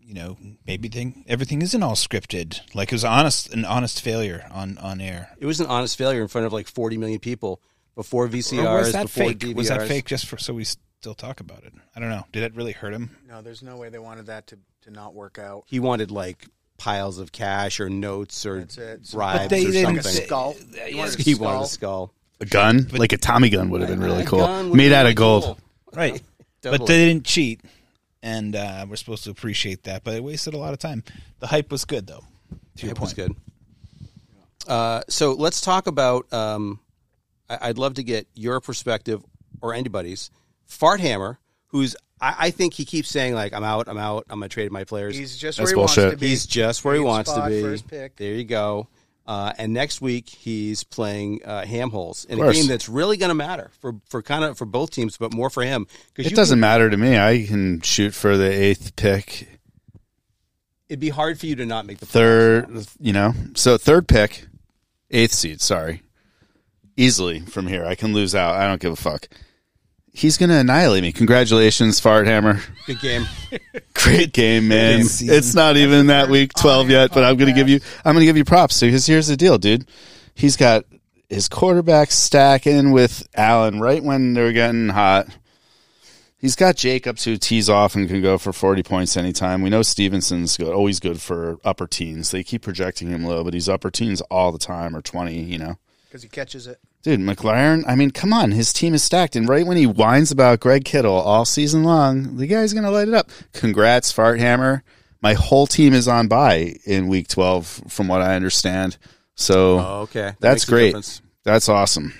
Speaker 4: you know, maybe thing everything isn't all scripted. Like it was honest, an honest failure on on air.
Speaker 1: It was an honest failure in front of like 40 million people before VCRs,
Speaker 4: or was that
Speaker 1: before
Speaker 4: fake?
Speaker 1: DVRs.
Speaker 4: Was that fake just for so we still talk about it? I don't know. Did that really hurt him?
Speaker 3: No, there's no way they wanted that to, to not work out.
Speaker 1: He wanted like piles of cash or notes or
Speaker 3: That's it. So-
Speaker 1: bribes
Speaker 4: But they
Speaker 1: or
Speaker 4: didn't
Speaker 1: something.
Speaker 4: say-
Speaker 3: Skull.
Speaker 4: Yeah,
Speaker 3: You wanted a
Speaker 1: he wanted a
Speaker 3: skull.
Speaker 1: skull.
Speaker 2: A gun, like a Tommy gun, would have been really cool. Made out of gold.
Speaker 4: Right.
Speaker 1: Totally.
Speaker 4: But they didn't cheat, and uh, we're supposed to appreciate that. But it wasted a lot of time. The hype was good, though. To your
Speaker 1: That
Speaker 4: point,
Speaker 1: was good. Uh, so let's talk about. Um, I- I'd love to get your perspective or anybody's. Farthammer, who's I, I think he keeps saying like, "I'm out, I'm out, I'm gonna trade my players."
Speaker 3: He's just
Speaker 2: That's
Speaker 3: where he
Speaker 2: bullshit.
Speaker 3: wants to be.
Speaker 1: He's just where he
Speaker 3: Green
Speaker 1: wants to
Speaker 3: spot,
Speaker 1: be.
Speaker 3: first pick.
Speaker 1: There you go. Uh, and next week he's playing uh, Ham Holes in a
Speaker 2: course.
Speaker 1: game that's really going to matter for for kind of for both teams, but more for him because
Speaker 2: It doesn't matter to me. I can shoot for the eighth pick,
Speaker 1: It'd be hard for you to not make the
Speaker 2: third, you know. So third pick, eighth seed. Sorry, easily from here. I can lose out. I don't give a fuck. He's gonna annihilate me. Congratulations, Farthammer.
Speaker 1: good game.
Speaker 2: Great game, man.
Speaker 4: Good season.
Speaker 2: It's not even that week twelve yet, but I'm gonna give you. I'm gonna give you props because here's the deal, dude. He's got his quarterback stacking with Allen right when they're getting hot. He's got Jacobs who tees off and can go for 40 points anytime. We know Stevenson's good, always good for upper teens. They keep projecting him low, but he's upper teens all the time or 20, you know.
Speaker 3: because he catches it.
Speaker 2: Dude, McLaren, I mean, come on, his team is stacked. And right when he whines about Greg Kittle all season long, the guy's going to light it up. Congrats, Farthammer. My whole team is on bye in week 12, from what I understand. So
Speaker 1: Oh, okay, That
Speaker 2: that's
Speaker 1: makes a
Speaker 2: great.
Speaker 1: difference.
Speaker 2: That's awesome.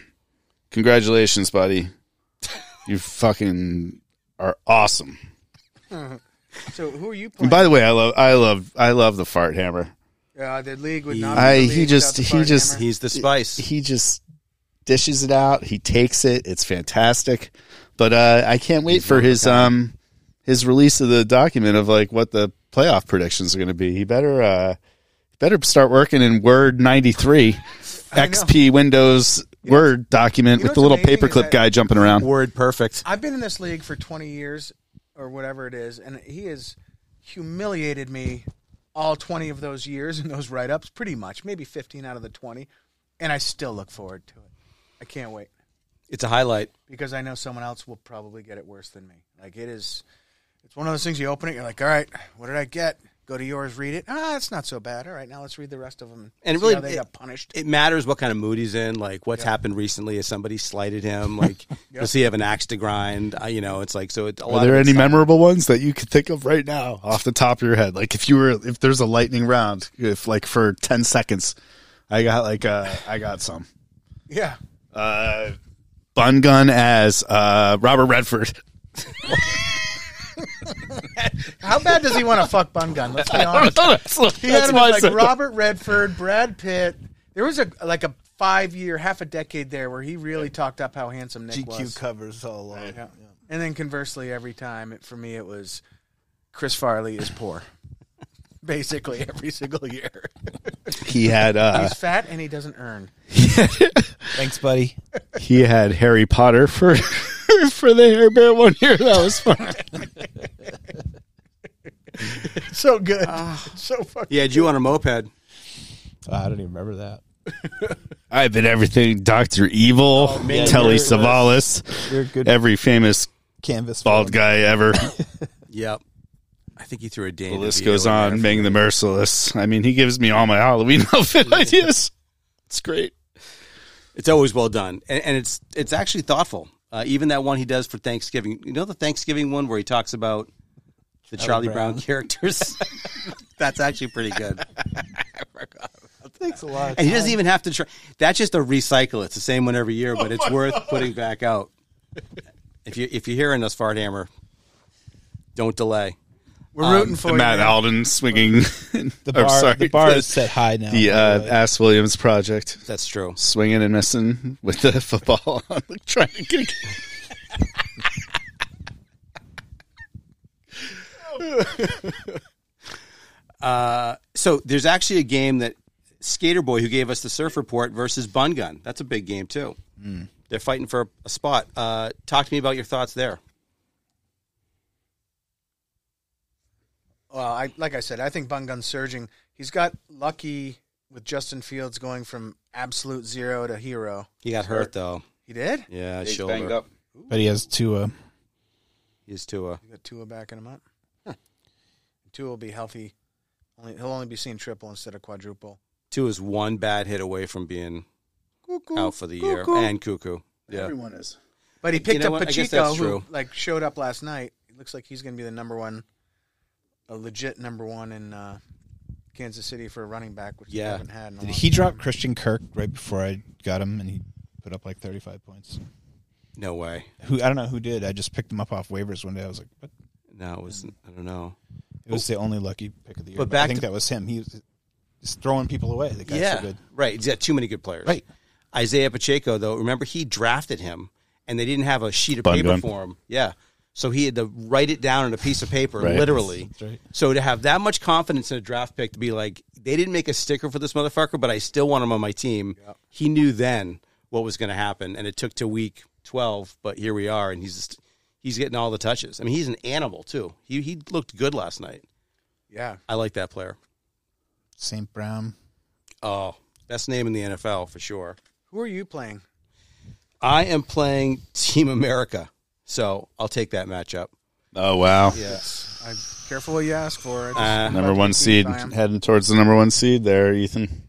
Speaker 2: Congratulations, buddy. You fucking are awesome.
Speaker 3: So who are you
Speaker 2: And
Speaker 3: playing?
Speaker 2: by the way, I love, I love, I love the fart hammer.
Speaker 3: uh, the league would not.
Speaker 2: I-
Speaker 3: be the
Speaker 2: he
Speaker 3: league
Speaker 2: just-
Speaker 3: without the
Speaker 2: he just-
Speaker 3: Farthammer.
Speaker 1: He's the spice.
Speaker 2: He just dishes it out. He takes it. It's fantastic. But uh, I can't wait for his um his release of the document of like what the playoff predictions are going to be. He better uh better start working in Word ninety three XP Windows Word document
Speaker 3: you know
Speaker 2: with the
Speaker 3: what's
Speaker 2: little
Speaker 3: amazing is
Speaker 2: paperclip
Speaker 3: that-
Speaker 2: guy jumping around.
Speaker 1: Word perfect.
Speaker 3: I've been in this league for 20 years or whatever it is, and he has humiliated me all 20 of those years and those write ups, pretty much, maybe 15 out of the 20. And I still look forward to it. I can't wait
Speaker 1: It's a highlight.
Speaker 3: because I know someone else will probably get it worse than me. Like, it is, it's one of those things you open it, you're like, all right, what did I get? Go to yours, read it. Ah, it's not so bad. All right, now let's read the rest of them.
Speaker 1: And it
Speaker 3: see
Speaker 1: really-
Speaker 3: how they
Speaker 1: it-
Speaker 3: got punished.
Speaker 1: It matters what kind of mood he's in, like what's happened recently. Has somebody slighted him? Like, does he have an axe to grind? Uh, you know, it's like so. It's a lot
Speaker 2: Are there
Speaker 1: of
Speaker 2: any
Speaker 1: it's-
Speaker 2: memorable ones that you could think of right now off the top of your head? Like if you were if there's a lightning round, if like for ten seconds, I got like uh I got some.
Speaker 3: yeah.
Speaker 2: Uh Bun Gun as uh Robert Redford.
Speaker 3: How bad does he want to fuck Bun Gun? Let's be honest.
Speaker 2: That's
Speaker 3: He had him
Speaker 2: why I
Speaker 3: as,
Speaker 2: said
Speaker 3: like
Speaker 2: that.
Speaker 3: Robert Redford, Brad Pitt. There was a like a five year, half a decade there where he really talked up how handsome Nick was.
Speaker 4: covers all along.
Speaker 3: Yeah. And then conversely, every time it, for me it was Chris Farley is poor, basically every single year.
Speaker 2: He had uh
Speaker 3: He's fat and he doesn't earn.
Speaker 4: Thanks, buddy.
Speaker 2: he had Harry Potter for for the hair bear one year. That was fun.
Speaker 3: So good, so fucking.
Speaker 1: He had you on a moped.
Speaker 4: I don't even remember that.
Speaker 2: I've been everything Doctor Evil,
Speaker 4: Oh, man,
Speaker 2: Telly
Speaker 4: you're-
Speaker 2: Savalas,
Speaker 4: You're a good
Speaker 2: every famous
Speaker 4: Oh. canvas.
Speaker 2: bald guy ever.
Speaker 1: Yep. I think he threw a Dane.
Speaker 2: The list
Speaker 1: DeVito
Speaker 2: goes
Speaker 1: in there.
Speaker 2: on. Ming the Merciless. I mean, he gives me all my Halloween outfit ideas. It's great.
Speaker 1: It's always well done, and, and it's it's actually thoughtful. Uh, even that one he does for Thanksgiving. You know the Thanksgiving one where he talks about the Charlie, Brown. characters. That's actually pretty good.
Speaker 6: Takes a lot. Of
Speaker 1: And he
Speaker 6: time.
Speaker 1: doesn't even have to try. That's just a recycle. It's the same one every year, but it's worth putting back out. If you if you're hearing us, Fart Hammer, don't delay.
Speaker 3: We're rooting for you.
Speaker 2: um, Matt Alden swinging.
Speaker 4: The bar, the bar is set Oh, high now.
Speaker 2: The
Speaker 4: by
Speaker 2: uh,
Speaker 4: the way.
Speaker 2: Ass Williams project.
Speaker 1: That's true.
Speaker 2: swinging and missing with the football. I'm like trying to get.
Speaker 1: So there's actually a game that Skater Boy, who gave us the Surf Report, versus Bun Gun. That's a big game too. They're fighting for a, a spot. Uh, talk to me about your thoughts there.
Speaker 3: Well, I like I said, I think Bungun's surging. He's got lucky with Justin Fields going from absolute zero to hero.
Speaker 1: He got hurt though.
Speaker 3: He did.
Speaker 1: Yeah, shoulder.
Speaker 4: but he has two. Uh,
Speaker 1: He's uh, to a
Speaker 3: You got Tua backing him up. Huh. Tua will be healthy. Only he'll only be seeing triple instead of quadruple.
Speaker 1: two is one bad hit away from being out for the year and cuckoo. Yeah,
Speaker 2: Everyone is.
Speaker 3: But he
Speaker 1: You
Speaker 3: picked
Speaker 1: know
Speaker 3: up
Speaker 1: what? I guess
Speaker 3: Pacheco,
Speaker 1: that's
Speaker 3: who
Speaker 1: true.
Speaker 3: like showed up last night. It looks like he's going to be the number one, a legit number one in uh, Kansas City for a running back, which
Speaker 1: Yeah.
Speaker 3: they haven't had. In a
Speaker 4: did
Speaker 3: long
Speaker 4: he
Speaker 3: time.
Speaker 4: drop Christian Kirk right before I got him, and he put up like thirty-five points?
Speaker 1: no way.
Speaker 4: Who I don't know who did. I just picked him up off waivers one day. I was like, what?
Speaker 1: No, it was. I don't know.
Speaker 4: It was the only lucky pick of the year.
Speaker 1: But
Speaker 4: But,
Speaker 1: back
Speaker 4: I think
Speaker 1: to-
Speaker 4: that was him. He was just throwing people away. The guy's
Speaker 1: yeah,
Speaker 4: so good.
Speaker 1: right. He's got too many good players.
Speaker 4: Right.
Speaker 1: Isaiah Pacheco, though, remember he drafted him, and they didn't have a sheet of
Speaker 2: Bun
Speaker 1: paper
Speaker 2: gun.
Speaker 1: for him. Yeah. So he had to write it down on a piece of paper,
Speaker 2: Right.
Speaker 1: literally.
Speaker 4: That's right.
Speaker 1: So to have that much confidence in a draft pick to be like, they didn't make a sticker for this motherfucker, but I still want him on my team. He knew then what was going to happen, and it took to week twelve, but here we are, and he's just, he's getting all the touches. I mean, he's an animal too. He he looked good last night.
Speaker 3: Yeah,
Speaker 1: I like that player.
Speaker 4: St. Brown.
Speaker 1: Oh, best name in the NFL for sure.
Speaker 3: who are you playing?
Speaker 1: I am playing Team America, so I'll take that matchup. Uh,
Speaker 2: Oh wow!
Speaker 1: Yes.
Speaker 3: I, careful what you ask for. I just-
Speaker 1: Uh,
Speaker 2: Number one seed
Speaker 3: I am.
Speaker 2: heading towards the number one seed there, Ethan.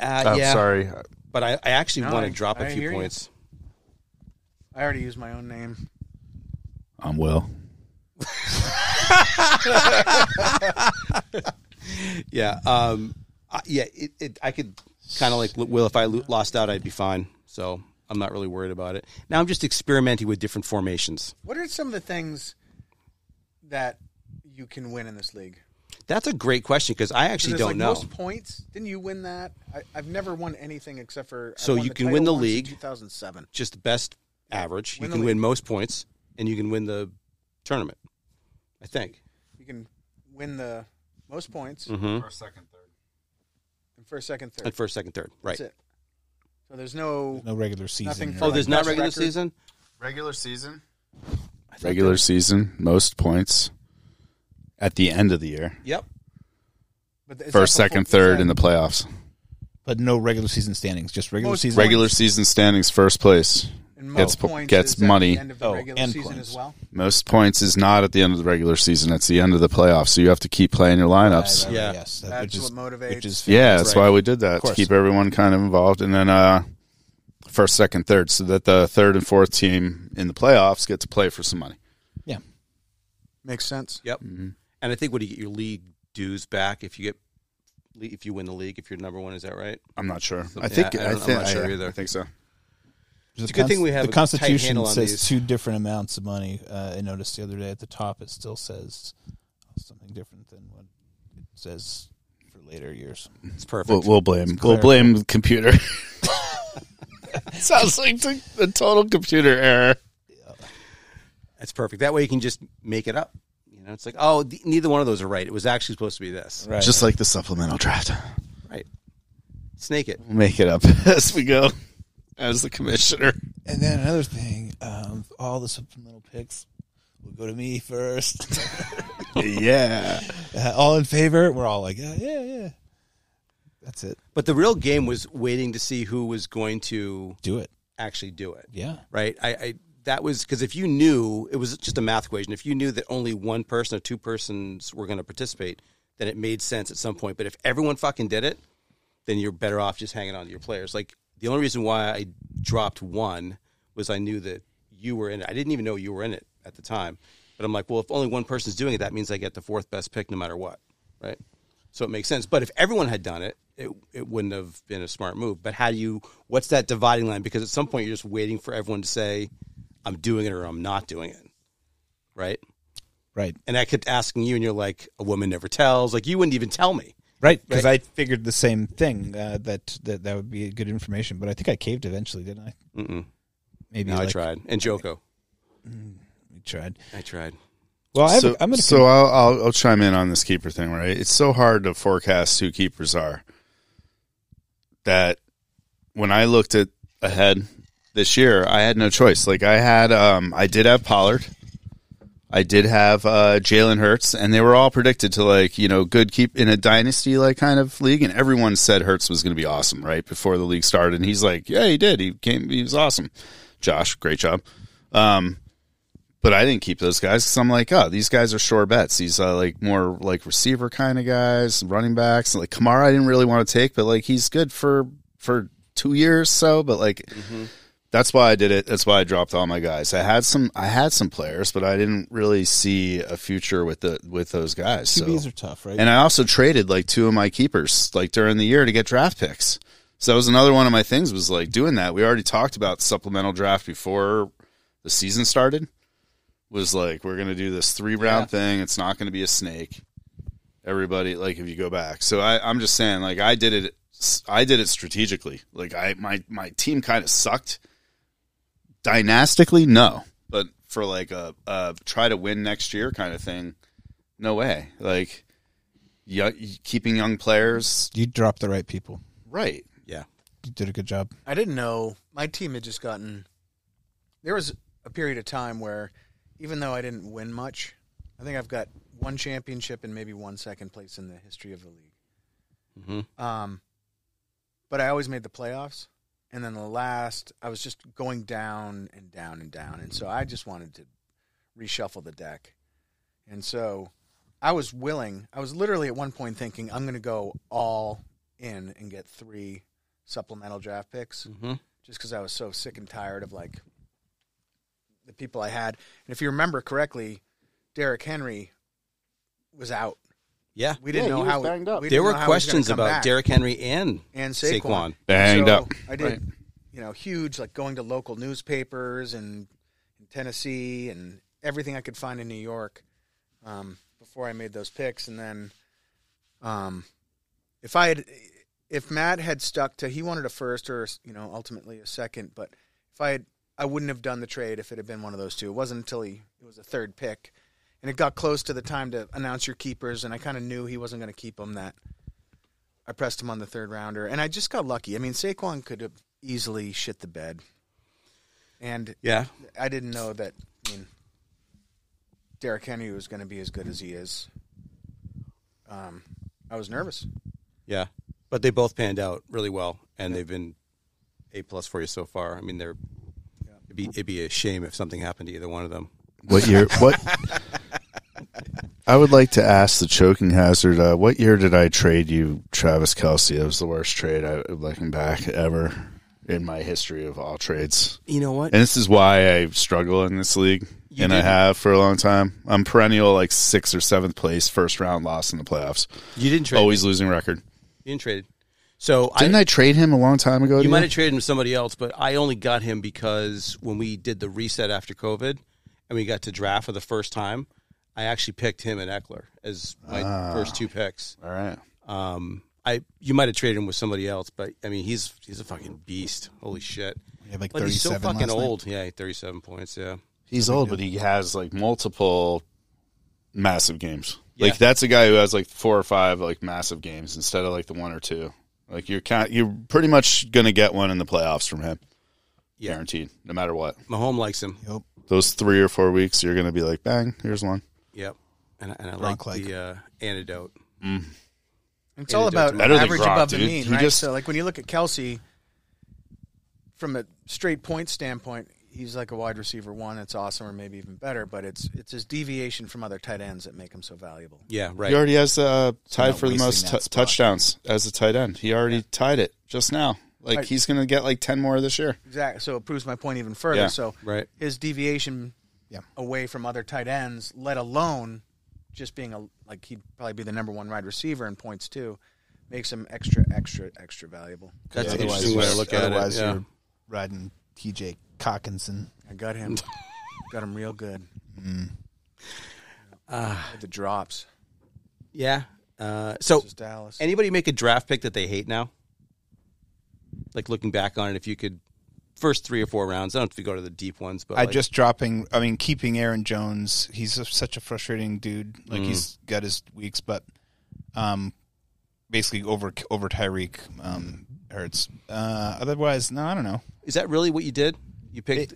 Speaker 1: Uh,
Speaker 2: Oh,
Speaker 1: yeah,
Speaker 2: sorry.
Speaker 1: but I, I actually
Speaker 3: No,
Speaker 1: want
Speaker 3: I-
Speaker 1: to drop a
Speaker 3: I
Speaker 1: few
Speaker 3: hear you.
Speaker 1: points.
Speaker 3: I already used my own name.
Speaker 2: I'm Will.
Speaker 1: Yeah, um, I, yeah. It, it, I could kind of like Will. If I lo- lost out, I'd be fine. So I'm not really worried about it. Now I'm just experimenting with different formations.
Speaker 3: What are some of the things that you can win in this league?
Speaker 1: That's a great question because I actually
Speaker 3: There's
Speaker 1: don't
Speaker 3: like
Speaker 1: know.
Speaker 3: most points. Didn't you win that? I, I've never won anything except for. I
Speaker 1: So
Speaker 3: won
Speaker 1: you
Speaker 3: the
Speaker 1: can
Speaker 3: title
Speaker 1: win the
Speaker 3: once in
Speaker 1: league.
Speaker 3: 2007.
Speaker 1: just the best average.
Speaker 3: Win
Speaker 1: you
Speaker 3: the
Speaker 1: can
Speaker 3: league.
Speaker 1: win most points, and you can win the tournament. I think.
Speaker 3: You can win the most points
Speaker 1: Mm-hmm.
Speaker 3: in first, second, third.
Speaker 1: And first, second, third. Right.
Speaker 3: That's it. So there's no.
Speaker 4: No regular season.
Speaker 3: Nothing
Speaker 1: Oh,
Speaker 4: or-
Speaker 1: there's
Speaker 3: Like
Speaker 1: not
Speaker 3: best
Speaker 1: regular
Speaker 3: record?
Speaker 1: season.
Speaker 2: Regular season. Regular season. Most points at the end of the year.
Speaker 1: Yep.
Speaker 3: But it's
Speaker 2: First,
Speaker 3: not before-
Speaker 2: second, third in
Speaker 3: it's
Speaker 2: the playoffs.
Speaker 4: but no regular season standings. Just regular
Speaker 3: Most
Speaker 4: season.
Speaker 2: Regular season standings, first place.
Speaker 3: not- and
Speaker 2: gets
Speaker 3: most
Speaker 2: po-
Speaker 3: points
Speaker 2: gets
Speaker 3: is at the
Speaker 2: money.
Speaker 3: end of the
Speaker 4: Oh,
Speaker 3: regular
Speaker 4: and
Speaker 3: season
Speaker 4: points.
Speaker 3: as well.
Speaker 2: Most points is not at the end of the regular season. It's the end of the playoffs. So you have to keep playing your lineups.
Speaker 4: Right, right,
Speaker 1: Yeah.
Speaker 4: Yes. that-
Speaker 3: That's
Speaker 4: which
Speaker 3: what
Speaker 4: is,
Speaker 3: motivates.
Speaker 4: Which is
Speaker 2: Yeah, that's
Speaker 1: Right.
Speaker 2: why we did that to
Speaker 4: course.
Speaker 2: keep everyone kind of involved, and then uh, first, second, third, so that the third and fourth team in the playoffs get to play for some money.
Speaker 4: yeah.
Speaker 3: Makes sense.
Speaker 1: Yep. And I think what do you get your league dues back if you get if you win the league if you're number one is that right?
Speaker 2: I'm not sure. I
Speaker 1: Yeah,
Speaker 2: think.
Speaker 1: I don't-
Speaker 2: I
Speaker 1: I'm
Speaker 2: think.
Speaker 1: not sure
Speaker 2: I-
Speaker 1: either.
Speaker 2: I think so.
Speaker 4: It's
Speaker 1: a good thing we have a
Speaker 4: the
Speaker 1: tight
Speaker 4: Constitution
Speaker 1: handle on
Speaker 4: says
Speaker 1: these.
Speaker 4: two different amounts of money. Uh, I noticed the other day at the top it still says something different than what it says for later years.
Speaker 1: It's perfect.
Speaker 2: We'll, we'll blame. We'll blame the computer. Sounds like the, the total computer error.
Speaker 1: That's perfect. That way you can just make it up. You know, it's like oh, the, neither one of those are right. It was actually supposed to be this.
Speaker 4: Right.
Speaker 2: Just like the supplemental draft.
Speaker 1: Right. Snake it.
Speaker 2: We'll make it up as we go. As the commissioner,
Speaker 4: and then another thing, um, all the supplemental picks will go to me first.
Speaker 2: yeah.
Speaker 4: uh, all in favor? We're all like, yeah, yeah, yeah. That's it.
Speaker 1: But the real game was waiting to see who was going to
Speaker 4: Do it.
Speaker 1: actually do it.
Speaker 4: Yeah.
Speaker 1: Right. I, I that was because if you knew it was just a math equation, if you knew that only one person or two persons were going to participate, then it made sense at some point. But if everyone fucking did it, then you're better off just hanging on to your players. Like the only reason why I dropped one was I knew that you were in it. I didn't even know you were in it at the time. But I'm like, well, if only one person's doing it, that means I get the fourth best pick no matter what, right? So it makes sense. But if everyone had done it, it it wouldn't have been a smart move. But how do you? What's that dividing line? Because at some point you're just waiting for everyone to say, "I'm doing it" or "I'm not doing it," right?
Speaker 4: Right.
Speaker 1: And I kept asking you, and you're like, "A woman never tells." Like you wouldn't even tell me.
Speaker 4: Right, because I figured the same thing uh, that that that would be good information, but I think I caved eventually, didn't I?
Speaker 1: Mm-mm.
Speaker 4: Maybe
Speaker 1: No, I
Speaker 4: like-
Speaker 1: tried. And Joko,
Speaker 4: I tried.
Speaker 1: I tried.
Speaker 4: Well, I have,
Speaker 2: so,
Speaker 4: I'm going to
Speaker 2: so I'll, I'll I'll chime in on this keeper thing, right? It's so hard to forecast who keepers are. That when I looked at ahead this year, I had no choice. Like I had, um, I did have Pollard, I did have uh, Jalen Hurts, and they were all predicted to like you know good keep in a dynasty like kind of league, and everyone said Hurts was going to be awesome right before the league started, and he's like, yeah, he did. He came, he was awesome. Josh, great job. Um, but I didn't keep those guys because I'm like, oh, these guys are sure bets. These are like more like receiver kind of guys, running backs. Like Kamara, I didn't really want to take, but like he's good for for two years so. But like, that's why I did it. That's why I dropped all my guys. I had some, I had some players, but I didn't really see a future with the with those guys. so.
Speaker 4: QBs are tough, right?
Speaker 2: And I also traded like two of my keepers like during the year to get draft picks. So that was another one of my things was like doing that. We already talked about supplemental draft before the season started. Was like we're gonna do this three round thing. It's not gonna be a snake. Everybody like if you go back. So I, I'm just saying like I did it. I did it strategically. Like I my my team kind of sucked. Dynastically, no, but for like a, a try to win next year kind of thing, no way. Like young, keeping young players
Speaker 4: you dropped the right people.
Speaker 2: right.
Speaker 1: Yeah,
Speaker 4: You did a good job.
Speaker 3: I didn't know my team had just gotten. There was a period of time where, even though I didn't win much, I think I've got one championship and maybe one second place in the history of the league.
Speaker 1: Mm-hmm.
Speaker 3: Um, but I always made the playoffs, and then the last I was just going down and down and down, and so I just wanted to reshuffle the deck, and so I was willing. I was literally at one point thinking I'm going to go all in and get three supplemental draft picks
Speaker 1: Mhm.
Speaker 3: just because I was so sick and tired of like the people I had. And if you remember correctly, Derrick Henry was out.
Speaker 1: yeah.
Speaker 3: We didn't
Speaker 2: Yeah,
Speaker 3: know
Speaker 2: he was
Speaker 3: how we
Speaker 2: banged up.
Speaker 3: didn't
Speaker 1: There
Speaker 3: know
Speaker 1: were
Speaker 3: how he was
Speaker 1: questions
Speaker 3: gonna come
Speaker 1: about
Speaker 3: back.
Speaker 1: Derrick Henry and
Speaker 3: and
Speaker 1: Saquon.
Speaker 3: Saquon.
Speaker 2: Banged
Speaker 3: So
Speaker 2: up.
Speaker 3: I did, you know, huge like going to local newspapers and in Tennessee and everything I could find in New York um, before I made those picks. And then, um, if I had, if Matt had stuck to, he wanted a first or you know ultimately a second, but if I had, I wouldn't have done the trade if it had been one of those two. It wasn't until he it was a third pick. And it got close to the time to announce your keepers, and I kind of knew he wasn't going to keep them. That I pressed him on the third rounder, and I just got lucky. I mean, Saquon could have easily shit the bed, and
Speaker 1: Yeah,
Speaker 3: I didn't know that. I mean, Derrick Henry was going to be as good as he is. Um, I was nervous.
Speaker 1: yeah. But they both panned out really well, and they've been a plus for you so far. I mean, they're it'd be it'd be a shame if something happened to either one of them.
Speaker 2: What year? What? I would like to ask the choking hazard. Uh, what year did I trade you, Travis Kelsey? It was the worst trade I looking back ever in my history of all trades.
Speaker 1: You know what?
Speaker 2: And this is why I struggle in this league, and I
Speaker 1: didn't-
Speaker 2: have for a long time. I'm perennial like sixth or seventh place, first round loss in the playoffs,
Speaker 1: You didn't trade.
Speaker 2: always losing record.
Speaker 1: You didn't trade. him. So
Speaker 2: Oh, Didn't I, trade him a long time ago? to
Speaker 1: You might have traded him to somebody else, but I only got him because when we did the reset after COVID and we got to draft for the first time, I actually picked him and Eckler as my
Speaker 2: Ah.
Speaker 1: first two picks.
Speaker 2: All right.
Speaker 1: Um, I you might have traded him with somebody else, but I mean he's he's a fucking beast. Holy shit!
Speaker 4: We had like
Speaker 1: But he's so
Speaker 4: 37
Speaker 1: fucking
Speaker 4: last night.
Speaker 1: old. Yeah, thirty-seven points. Yeah,
Speaker 2: He's old, but he has like multiple massive games.
Speaker 1: Yeah.
Speaker 2: Like that's a guy who has like four or five like massive games instead of like the one or two. Like you're kind, you're pretty much gonna get one in the playoffs from him,
Speaker 1: Yeah.
Speaker 2: guaranteed. No matter what,
Speaker 1: Mahomes likes him.
Speaker 4: Yep.
Speaker 2: those three or four weeks, you're gonna be like, bang, here's one.
Speaker 1: Yep, and, I- and I like
Speaker 4: Gronk
Speaker 1: the uh, antidote.
Speaker 3: And It's all
Speaker 1: Antidote's
Speaker 3: about
Speaker 2: better than
Speaker 3: average
Speaker 2: Gronk,
Speaker 3: above the
Speaker 2: dude.
Speaker 3: mean,
Speaker 2: He
Speaker 3: right?
Speaker 2: just-
Speaker 3: so, like when you look at Kelsey from a straight point standpoint, he's like a wide receiver one. It's awesome, or maybe even better. But it's it's his deviation from other tight ends that make him so valuable.
Speaker 1: Yeah, right.
Speaker 2: He already has uh, tied
Speaker 4: not
Speaker 2: for the
Speaker 4: wasting
Speaker 2: most
Speaker 4: that
Speaker 2: t-
Speaker 4: spot.
Speaker 2: touchdowns as a tight end. He already tied it just now. Like
Speaker 3: Right.
Speaker 2: he's going to get like ten more this year.
Speaker 3: Exactly. So it proves my point even further.
Speaker 2: Yeah,
Speaker 3: so
Speaker 1: right.
Speaker 3: his deviation
Speaker 4: Yeah.
Speaker 3: away from other tight ends, let alone just being a like he'd probably be the number one wide receiver in points too, makes him extra, extra, extra valuable.
Speaker 1: That's
Speaker 4: Yeah,
Speaker 1: an
Speaker 4: otherwise
Speaker 1: interesting way to
Speaker 4: it's-
Speaker 1: look at
Speaker 4: otherwise
Speaker 1: it. Yeah.
Speaker 4: you're riding TJ Cockinson.
Speaker 3: I got him. got him real good. With the drops.
Speaker 1: Ah, Yeah. Uh, so,
Speaker 3: This is Dallas.
Speaker 1: anybody make a draft pick that they hate now? Like looking back on it, if you could, first three or four rounds. I don't know if you go to the deep ones, but
Speaker 4: I
Speaker 1: like-
Speaker 4: just dropping. I mean, keeping Aaron Jones. He's a, such a frustrating dude. Like
Speaker 1: Mm.
Speaker 4: he's got his weeks, but um, basically over over Tyreek um hurts. Uh, otherwise, no, I don't know.
Speaker 1: is that really what you did? You picked,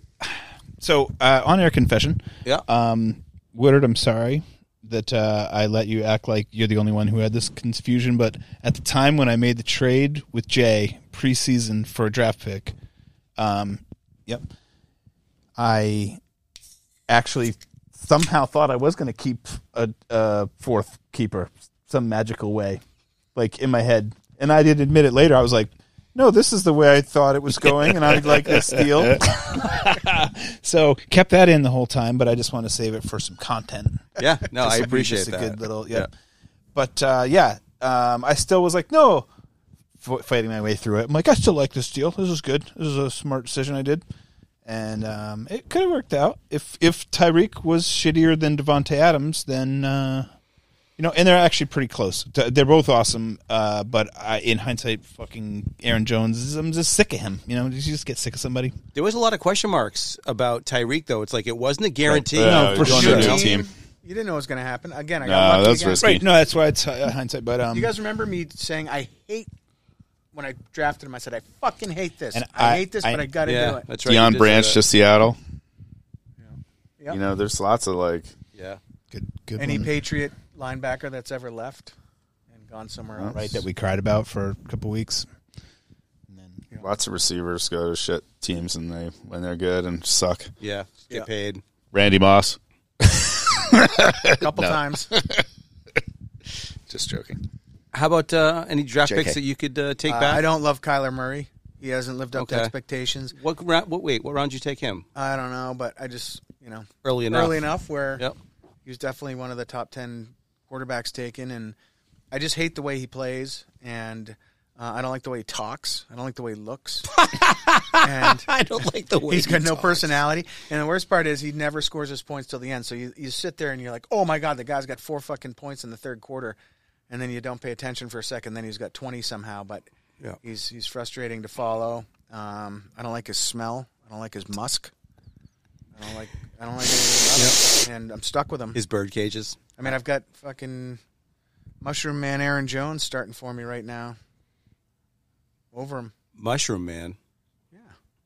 Speaker 4: So uh, on air confession,
Speaker 1: yeah.
Speaker 4: um, Woodard, I'm sorry that uh, I let you act like you're the only one who had this confusion. But at the time when I made the trade with Jay preseason for a draft pick, um, yep, I actually somehow thought I was going to keep a, a fourth keeper some magical way, like in my head, and I did admit it later. I was like. No, this is the way I thought it was going, and I like this deal. So kept that in the whole time, but I just want to save it for some content.
Speaker 1: yeah. No,
Speaker 4: Just
Speaker 1: I
Speaker 4: to be
Speaker 1: appreciate
Speaker 4: just a
Speaker 1: that.
Speaker 4: good little yeah. But uh, yeah, um, I still was like, no, f- fighting my way through it. I'm like, I still like this deal. This is good. This is a smart decision I did, and um, it could have worked out if if Tyreek was shittier than Devonte Adams, then. Uh, you know, and they're actually pretty close. Th- They're both awesome, uh, but I, in hindsight, fucking Aaron Jones, is- I'm just sick of him. You know, did you just get sick of somebody?
Speaker 1: There was a lot of question marks about Tyreek, though. It's like it wasn't a guarantee.
Speaker 2: No, for
Speaker 1: Going
Speaker 2: sure.
Speaker 1: to the
Speaker 2: Yeah.
Speaker 1: team.
Speaker 2: team.
Speaker 3: You didn't know what was going to happen. Again, I
Speaker 2: Nah,
Speaker 3: got lucky
Speaker 2: that's
Speaker 3: again.
Speaker 2: risky.
Speaker 4: Right? No, that's why it's uh, hindsight. But um,
Speaker 3: You guys remember me saying I hate when I drafted him? I said I fucking hate this.
Speaker 4: And
Speaker 3: I,
Speaker 4: I-
Speaker 3: hate this,
Speaker 4: I-
Speaker 3: but I got to do
Speaker 1: Yeah,
Speaker 3: it.
Speaker 1: that's right. You did
Speaker 2: Deion
Speaker 1: say
Speaker 2: Branch
Speaker 1: that.
Speaker 2: to Seattle.
Speaker 3: Yep.
Speaker 2: You know, there's lots of like.
Speaker 1: yeah.
Speaker 4: good, good
Speaker 3: Any
Speaker 4: one.
Speaker 3: Patriot linebacker that's ever left and gone somewhere else.
Speaker 4: right that we cried about for a couple weeks. And then
Speaker 2: Lots of receivers go to shit teams and they when they're good and suck.
Speaker 1: Yeah. Get
Speaker 3: Yeah.
Speaker 1: paid.
Speaker 2: Randy Moss,
Speaker 3: A couple times.
Speaker 2: just joking.
Speaker 1: How about uh, any draft
Speaker 2: JK.
Speaker 1: picks that you could uh, take
Speaker 3: Uh,
Speaker 1: back?
Speaker 3: I don't love Kyler Murray. He hasn't lived up to
Speaker 1: Okay.
Speaker 3: expectations.
Speaker 1: What round? What wait? What round did you take him?
Speaker 3: I don't know, but I just you know
Speaker 1: Early enough.
Speaker 3: early enough where
Speaker 1: Yep.
Speaker 3: he was definitely one of the top ten quarterbacks taken, and I just hate the way he plays, and uh, I don't like the way he talks. I don't like the way he looks, and
Speaker 1: I don't like the way
Speaker 3: he's got
Speaker 1: he
Speaker 3: no
Speaker 1: talks.
Speaker 3: personality. And the worst part is he never scores his points till the end. So you, you sit there and you're like, oh my god, the guy's got four fucking points in the third quarter, and then you don't pay attention for a second. Then he's got twenty somehow, but
Speaker 1: Yeah.
Speaker 3: he's he's frustrating to follow. Um, I don't like his smell. I don't like his musk. I don't like I don't like anything about it. And I'm stuck with him.
Speaker 1: His bird cages.
Speaker 3: I mean, I've got fucking Mushroom Man Aaron Jones starting for me right now. Over him.
Speaker 1: Mushroom man.
Speaker 3: Yeah.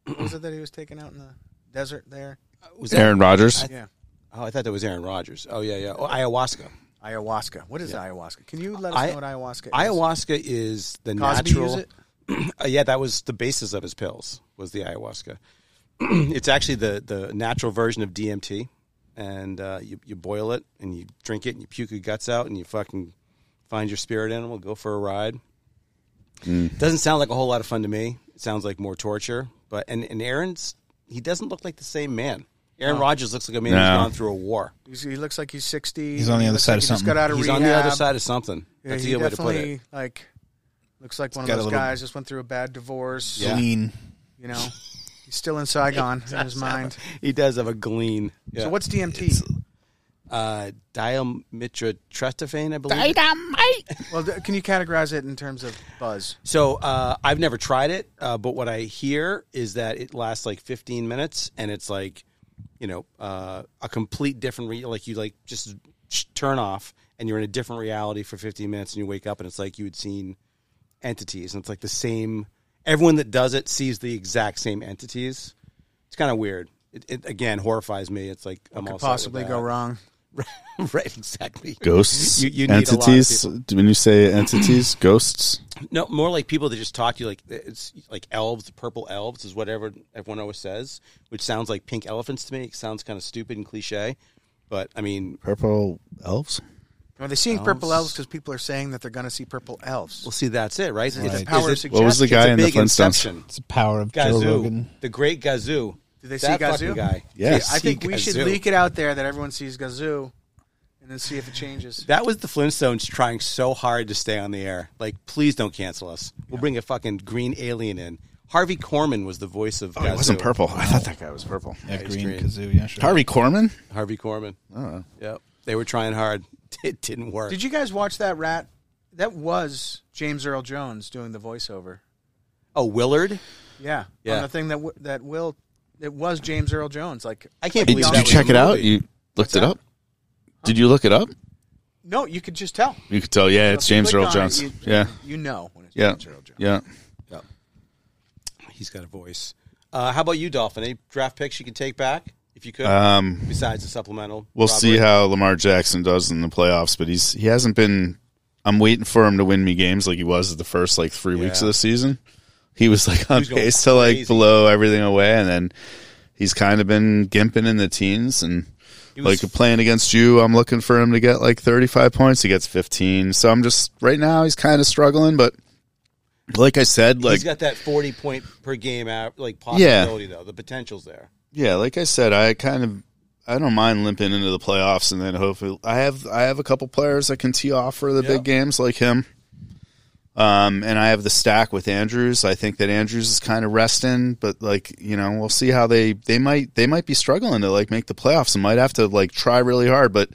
Speaker 3: What was it that he was taking out in the desert there?
Speaker 1: Was
Speaker 2: Aaron Rodgers.
Speaker 3: Yeah.
Speaker 1: Oh, I thought that was Aaron Rodgers. Oh yeah, yeah. Oh, ayahuasca.
Speaker 3: Ayahuasca. What is ayahuasca? Can you let us
Speaker 1: I-
Speaker 3: know what ayahuasca is?
Speaker 1: Ayahuasca is the
Speaker 3: Cosby
Speaker 1: natural.
Speaker 3: use it?
Speaker 1: Uh, yeah, that was the basis of his pills. Was the ayahuasca? it's actually the the natural version of DMT, and uh, you you boil it and you drink it and you puke your guts out and you fucking find your spirit animal, go for a ride. Doesn't sound like a whole lot of fun to me. It sounds like more torture. But and and Aaron's he doesn't look like the same man. Aaron Rodgers looks like a man who's
Speaker 2: No.
Speaker 1: gone through a war.
Speaker 3: He's- he looks like he's 60.
Speaker 4: He's on the
Speaker 3: He
Speaker 4: other
Speaker 3: looks
Speaker 4: side
Speaker 3: like he
Speaker 4: of
Speaker 3: just
Speaker 4: something.
Speaker 3: got out of
Speaker 1: He's on the other
Speaker 3: rehab.
Speaker 1: side of something.
Speaker 3: Yeah,
Speaker 1: That's
Speaker 3: he
Speaker 1: a good way to put
Speaker 3: definitely,
Speaker 1: it.
Speaker 3: like, looks like one
Speaker 4: got a
Speaker 3: of those
Speaker 4: little-
Speaker 3: guys just went through a bad divorce.
Speaker 1: Yeah.
Speaker 4: lean.
Speaker 3: You know, he's still in Saigon in his mind.
Speaker 1: He does have a glean.
Speaker 3: So what's DMT?
Speaker 1: uh, dimetratrephane, I believe.
Speaker 3: well, th- can you categorize it in terms of buzz?
Speaker 1: So uh, I've never tried it, uh, but what I hear is that it lasts like 15 minutes, and it's like, you know, uh, a complete different. Re- like you like just sh- turn off, and you're in a different reality for 15 minutes, and you wake up, and it's like you had seen entities, and it's like the same. Everyone that does it sees the exact same entities. It's kind of weird. It, it again horrifies me. It's like I'm all set
Speaker 3: Could
Speaker 1: with
Speaker 3: possibly go
Speaker 1: that.
Speaker 3: wrong.
Speaker 1: right, exactly.
Speaker 2: Ghosts,
Speaker 1: You- you need a lot of
Speaker 2: entities. When you say entities, ghosts.
Speaker 1: No, more like people that just talk to you like it's like elves, purple elves is whatever everyone always says, which sounds like pink elephants to me. It sounds kind of stupid and cliche, but I mean,
Speaker 2: Purple elves?
Speaker 3: Are they seeing purple elves because people are saying that they're going to see purple elves?
Speaker 1: well, see, that's it, right?
Speaker 3: the power of
Speaker 2: What was the
Speaker 1: it's
Speaker 2: guy
Speaker 1: a
Speaker 2: in the
Speaker 1: big
Speaker 2: Flintstones?
Speaker 1: inception.
Speaker 4: It's the power of Joe
Speaker 1: Gazoo,
Speaker 4: Rogan.
Speaker 1: the great Gazoo.
Speaker 3: Did they see
Speaker 1: that
Speaker 3: Gazoo?
Speaker 1: fucking guy?
Speaker 2: Yes.
Speaker 1: They
Speaker 3: I think
Speaker 1: see
Speaker 3: we should
Speaker 1: Gazoo.
Speaker 3: leak it out there that everyone sees Gazoo, and then see if it changes.
Speaker 1: That was the Flintstones trying so hard to stay on the air. Like, please don't cancel us. We'll bring a fucking green alien in. Harvey Korman was the voice of.
Speaker 2: Oh, it wasn't
Speaker 1: Gazoo.
Speaker 2: purple. I thought that guy was purple.
Speaker 4: Yeah,
Speaker 1: Ice
Speaker 4: green
Speaker 1: cream.
Speaker 4: kazoo. Yeah, sure.
Speaker 2: Harvey Corman?
Speaker 1: Harvey Korman.
Speaker 2: Oh.
Speaker 1: Yep. They were trying hard. It didn't work.
Speaker 3: Did you guys watch that rat? That was James Earl Jones doing the voiceover.
Speaker 1: Oh, Willard.
Speaker 3: Yeah,
Speaker 1: Yeah.
Speaker 3: On the thing that w- that will it was James Earl Jones. Like
Speaker 1: I can't
Speaker 2: Hey,
Speaker 1: believe.
Speaker 2: did
Speaker 1: that
Speaker 2: you
Speaker 1: was
Speaker 2: check
Speaker 1: a
Speaker 2: it out?
Speaker 1: movie.
Speaker 2: You looked it
Speaker 3: that?
Speaker 2: up? Did you look it up?
Speaker 3: no, you could just tell.
Speaker 2: You could tell. Yeah, it's
Speaker 3: If you
Speaker 2: James
Speaker 3: click
Speaker 2: Earl
Speaker 3: on it,
Speaker 2: Jones.
Speaker 3: you-
Speaker 2: Yeah.
Speaker 3: you know when it's
Speaker 2: Yeah.
Speaker 3: James Earl Jones.
Speaker 2: Yeah.
Speaker 1: He's got a voice. Uh, how about you, Dolphin? Any draft picks you can take back if you could,
Speaker 2: Um,
Speaker 1: besides the supplemental?
Speaker 2: we'll see
Speaker 1: Robert?
Speaker 2: how Lamar Jackson does in the playoffs, but he's he hasn't been. I'm waiting for him to win me games like he was the first like three weeks of the season. He was like on
Speaker 1: was going
Speaker 2: pace to like
Speaker 1: crazy.
Speaker 2: blow everything away, and then he's kind of been gimping in the teens and.
Speaker 1: was-
Speaker 2: like playing against you, I'm looking for him to get like 35 points. He gets 15. So I'm just right now he's kind of struggling, but like I said, like
Speaker 1: he's got that forty point per game out, like
Speaker 2: Yeah.
Speaker 1: possibility though. The potential's there.
Speaker 2: Yeah, like I said, I kind of I don't mind limping into the playoffs, and then hopefully I have I have a couple players I can tee off for the big games like him. Um, and I have the stack with Andrews. I think that Andrews is kind of resting, but like you know, we'll see how they they might they might be struggling to like make the playoffs and might have to like try really hard. But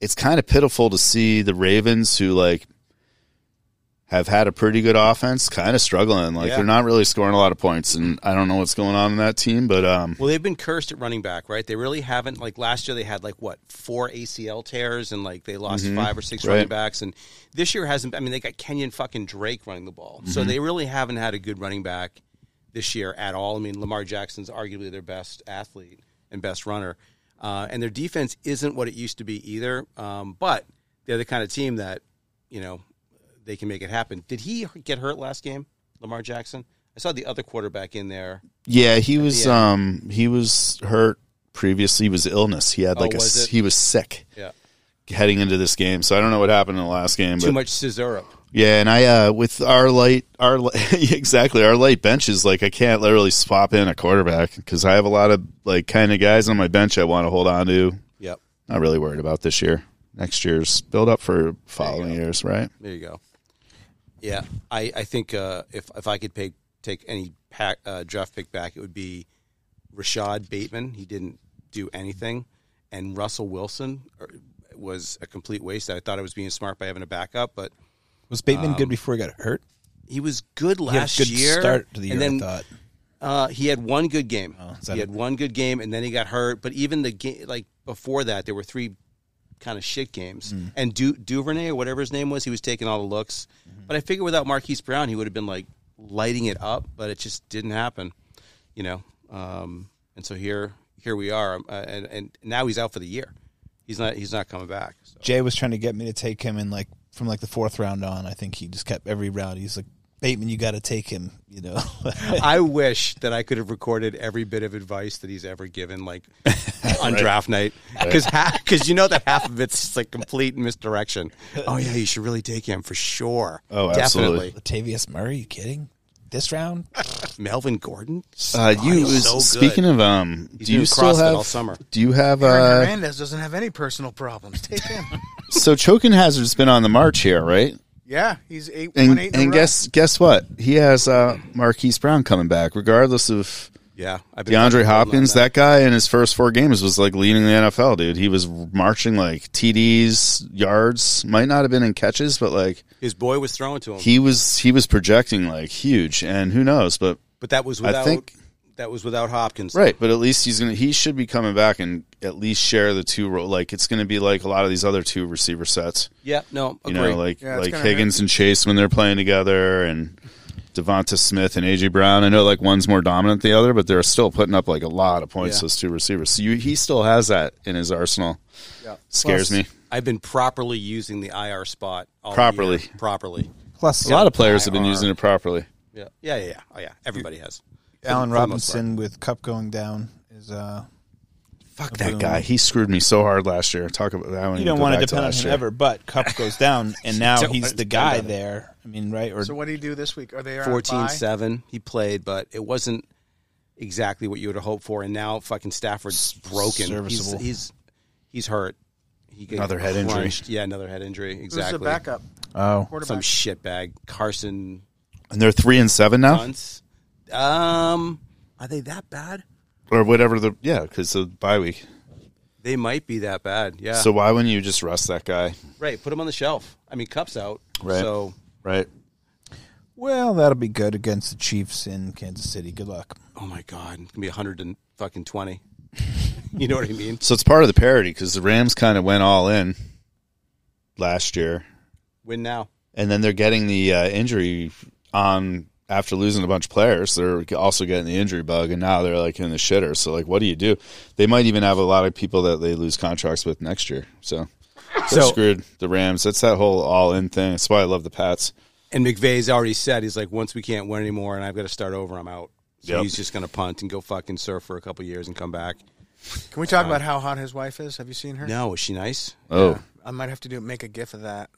Speaker 2: it's kind of pitiful to see the Ravens who like have had a pretty good offense kind of struggling. Like
Speaker 1: Yeah.
Speaker 2: they're not really scoring a lot of points, and I don't know what's going on in that team, but um.
Speaker 1: Well, they've been cursed at running back, right? They really haven't. Like last year, they had like what four ACL tears, and like they lost five or six
Speaker 2: Mm-hmm. Right.
Speaker 1: running backs. And this year hasn't. I mean, they got Kenyon fucking Drake running the ball, so
Speaker 2: Mm-hmm.
Speaker 1: they really haven't had a good running back this year at all. I mean, Lamar Jackson's arguably their best athlete and best runner, uh, and their defense isn't what it used to be either. Um, but they're the kind of team that you know they can make it happen. Did he get hurt last game, Lamar Jackson? I saw the other quarterback in there.
Speaker 2: Yeah, he was
Speaker 1: end.
Speaker 2: um he was hurt previously. He was illness. He had
Speaker 1: Oh,
Speaker 2: like a
Speaker 1: was
Speaker 2: s-
Speaker 1: it?
Speaker 2: he was sick
Speaker 1: Yeah,
Speaker 2: heading into this game. So I don't know what happened in the last game.
Speaker 1: too
Speaker 2: But
Speaker 1: much scissorup.
Speaker 2: yeah, and I uh with our light our li- exactly our light benches like I can't literally swap in a quarterback because I have a lot of like kind of guys on my bench I want to hold on to.
Speaker 1: Yep.
Speaker 2: Not really worried about this year. Next year's build up for following years, right?
Speaker 1: There you go. Yeah, I, I think uh, if if I could pick, take any pack, uh, draft pick back, it would be Rashad Bateman. He didn't do anything, and Russell Wilson er, was a complete waste. I thought I was being smart by having a backup, but
Speaker 4: Was Bateman good before he got hurt?
Speaker 1: he was good
Speaker 4: He had a
Speaker 1: Um, last
Speaker 4: good
Speaker 1: year.
Speaker 4: start to the year.
Speaker 1: and then
Speaker 4: I thought.
Speaker 1: uh, he had one good game.
Speaker 4: Oh, is that
Speaker 1: he
Speaker 4: it?
Speaker 1: had one good game, and then he got hurt. But even the game, like before that, there were three kind of shit games.
Speaker 4: Hmm.
Speaker 1: And du- Duvernay or whatever his name was, he was taking all the looks.
Speaker 4: Mm-hmm.
Speaker 1: But I figure without Marquise Brown, he would have been like lighting it up. But it just didn't happen, you know. Um, and so here, here we are, um, uh, and and now he's out for the year. He's not. He's not coming back. So.
Speaker 4: Jay was trying to get me to take him in like from like the fourth round on. I think he just kept every round. He's like Bateman, you got to take him. You know,
Speaker 1: I wish that I could have recorded every bit of advice that he's ever given, like on draft night, because you know that half of it's just, like complete misdirection. Oh yeah, you should really take him for sure.
Speaker 2: Oh, absolutely.
Speaker 1: definitely.
Speaker 4: Latavius Murray. You kidding? This round,
Speaker 1: Melvin Gordon.
Speaker 2: Uh,
Speaker 1: God,
Speaker 2: you
Speaker 1: he's so
Speaker 2: speaking
Speaker 1: good.
Speaker 2: of um,
Speaker 1: He's
Speaker 2: do you
Speaker 1: doing
Speaker 2: still
Speaker 1: CrossFit
Speaker 2: have
Speaker 1: all summer.
Speaker 2: Do you have
Speaker 3: Aaron
Speaker 2: uh,
Speaker 3: Hernandez doesn't have any personal problems. Take him.
Speaker 2: so Chokin Hazard's been on the march here, right?
Speaker 3: yeah, he's eight
Speaker 2: And,
Speaker 3: one eight. in a
Speaker 2: and
Speaker 3: row.
Speaker 2: guess guess what? He has uh, Marquise Brown coming back, regardless of
Speaker 1: yeah, I've been
Speaker 2: DeAndre
Speaker 1: fucking holding
Speaker 2: Hopkins.
Speaker 1: on
Speaker 2: That guy in his first four games was like leading the NFL, dude. He was marching like TDs, yards. Might not have been in catches, but like
Speaker 1: his boy was throwing to him,
Speaker 2: he was he was projecting like huge. And who knows? But
Speaker 1: but that was
Speaker 2: I
Speaker 1: without.
Speaker 2: think-
Speaker 1: that was without Hopkins.
Speaker 2: right, but at least he's gonna he should be coming back and at least share the two role. Like it's gonna be like a lot of these other two receiver sets.
Speaker 1: Yeah. No.
Speaker 2: you
Speaker 1: Agree.
Speaker 2: know, like
Speaker 3: Yeah, it's
Speaker 2: like
Speaker 3: gonna
Speaker 2: Higgins and Chase when they're playing together, and Devonta Smith and AJ Brown. I know like one's more dominant than the other, but they're still putting up like a lot of points.
Speaker 1: Yeah.
Speaker 2: Those two receivers. So you, he still has that in his arsenal. Scares
Speaker 4: Plus-
Speaker 2: me.
Speaker 1: I've been properly using the IR spot all
Speaker 2: Properly.
Speaker 1: year. properly.
Speaker 4: Plus,
Speaker 2: a lot of players have been using it properly.
Speaker 1: Yeah, yeah, yeah, yeah. Oh yeah, everybody has.
Speaker 4: Alan
Speaker 1: For the most
Speaker 4: Robinson with cup going down is. uh
Speaker 2: Fuck that guy. He screwed me so hard last year. Talk about that one.
Speaker 4: You don't want to depend on
Speaker 2: last
Speaker 4: him
Speaker 2: year.
Speaker 4: ever, but Cup goes down, and now
Speaker 2: Don't
Speaker 4: he's
Speaker 2: want
Speaker 4: the
Speaker 2: to depend
Speaker 4: guy
Speaker 2: on him.
Speaker 4: there. I mean, right? Or
Speaker 3: So what do you do this week? Are they on
Speaker 1: 14
Speaker 3: bye?
Speaker 1: 7. He played, but it wasn't exactly what you would have hoped for. And now fucking Stafford's broken.
Speaker 4: serviceable.
Speaker 1: He's, he's he's hurt. He got
Speaker 2: Another head injury.
Speaker 1: crunched. Yeah, another head injury.
Speaker 3: Who's
Speaker 1: Exactly.
Speaker 3: the backup
Speaker 4: oh,
Speaker 1: Some
Speaker 3: quarterback?
Speaker 1: shitbag. Carson
Speaker 2: And they're three and seven now,
Speaker 1: Wentz. Um, are they that bad?
Speaker 2: or whatever the yeah, because the bye week.
Speaker 1: They might be that bad. Yeah.
Speaker 2: So why wouldn't you just rest that guy?
Speaker 1: right. Put him on the shelf. I mean, Cup's out.
Speaker 2: Right.
Speaker 1: So,
Speaker 2: Right.
Speaker 4: well, that'll be good against the Chiefs in Kansas City. Good luck.
Speaker 1: oh my God. It's going to be 100 and fucking 20. you know what I mean?
Speaker 2: So it's part of the parody because the Rams kind of went all in last year,
Speaker 1: Win now.
Speaker 2: and then they're getting the uh, injury on after losing a bunch of players. They're also getting the injury bug, and now they're like in the shitter. So like, what do you do? They might even have a lot of people that they lose contracts with next year. So. They're
Speaker 4: So-
Speaker 2: screwed the Rams. That's that whole all in thing. That's why I love the Pats.
Speaker 1: And McVay's already said he's like, once we can't win anymore, and I've got to start over, I'm out. So
Speaker 2: Yep.
Speaker 1: he's just going to punt and go fucking surf for a couple years and come back.
Speaker 3: Can we talk
Speaker 2: uh,
Speaker 3: about how hot his wife is? Have you seen her?
Speaker 1: No, is she nice?
Speaker 2: Oh,
Speaker 3: I might have to do make a gif of that.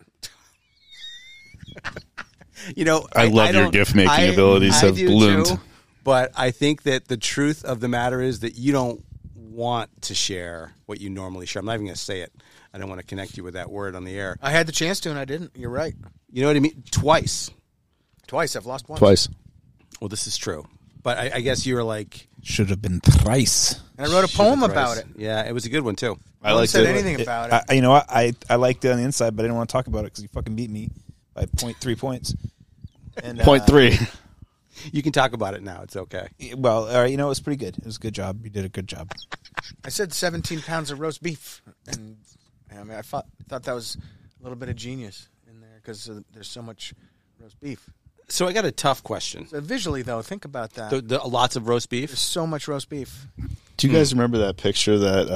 Speaker 1: You know,
Speaker 2: I love your
Speaker 1: don't-
Speaker 2: gift-making
Speaker 1: I-
Speaker 2: abilities
Speaker 1: I
Speaker 2: have
Speaker 1: do
Speaker 2: bloomed.
Speaker 1: too, but I think that the truth of the matter is that you don't want to share what you normally share. I'm not even going to say it. I don't want to connect you with that word on the air.
Speaker 3: I had the chance to and I didn't. You're right.
Speaker 1: You know what I mean? Twice.
Speaker 3: Twice I've lost once.
Speaker 2: twice.
Speaker 1: Well, this is true. But I, I guess you were like
Speaker 4: Should have been thrice.
Speaker 3: And I wrote a poem about it.
Speaker 1: Yeah, it was a good one too.
Speaker 2: I
Speaker 3: No one
Speaker 2: like
Speaker 3: said
Speaker 2: it.
Speaker 3: anything about it.
Speaker 4: I, I- you know, what? I I liked it on the inside, but I didn't want to talk about it because you fucking beat me by point three points. And,
Speaker 2: Point
Speaker 4: uh,
Speaker 2: three.
Speaker 1: You can talk about it now. It's okay.
Speaker 4: Well, all right, you know, it was pretty good. It was a good job. You did a good job.
Speaker 3: I said 17 pounds of roast beef, and I mean I thought thought that was a little bit of genius in there because there's so much roast beef.
Speaker 1: So I got a tough question.
Speaker 3: So visually though, think about that.
Speaker 1: The, the, lots of roast beef.
Speaker 3: there's so much roast beef.
Speaker 2: Do you guys remember that picture that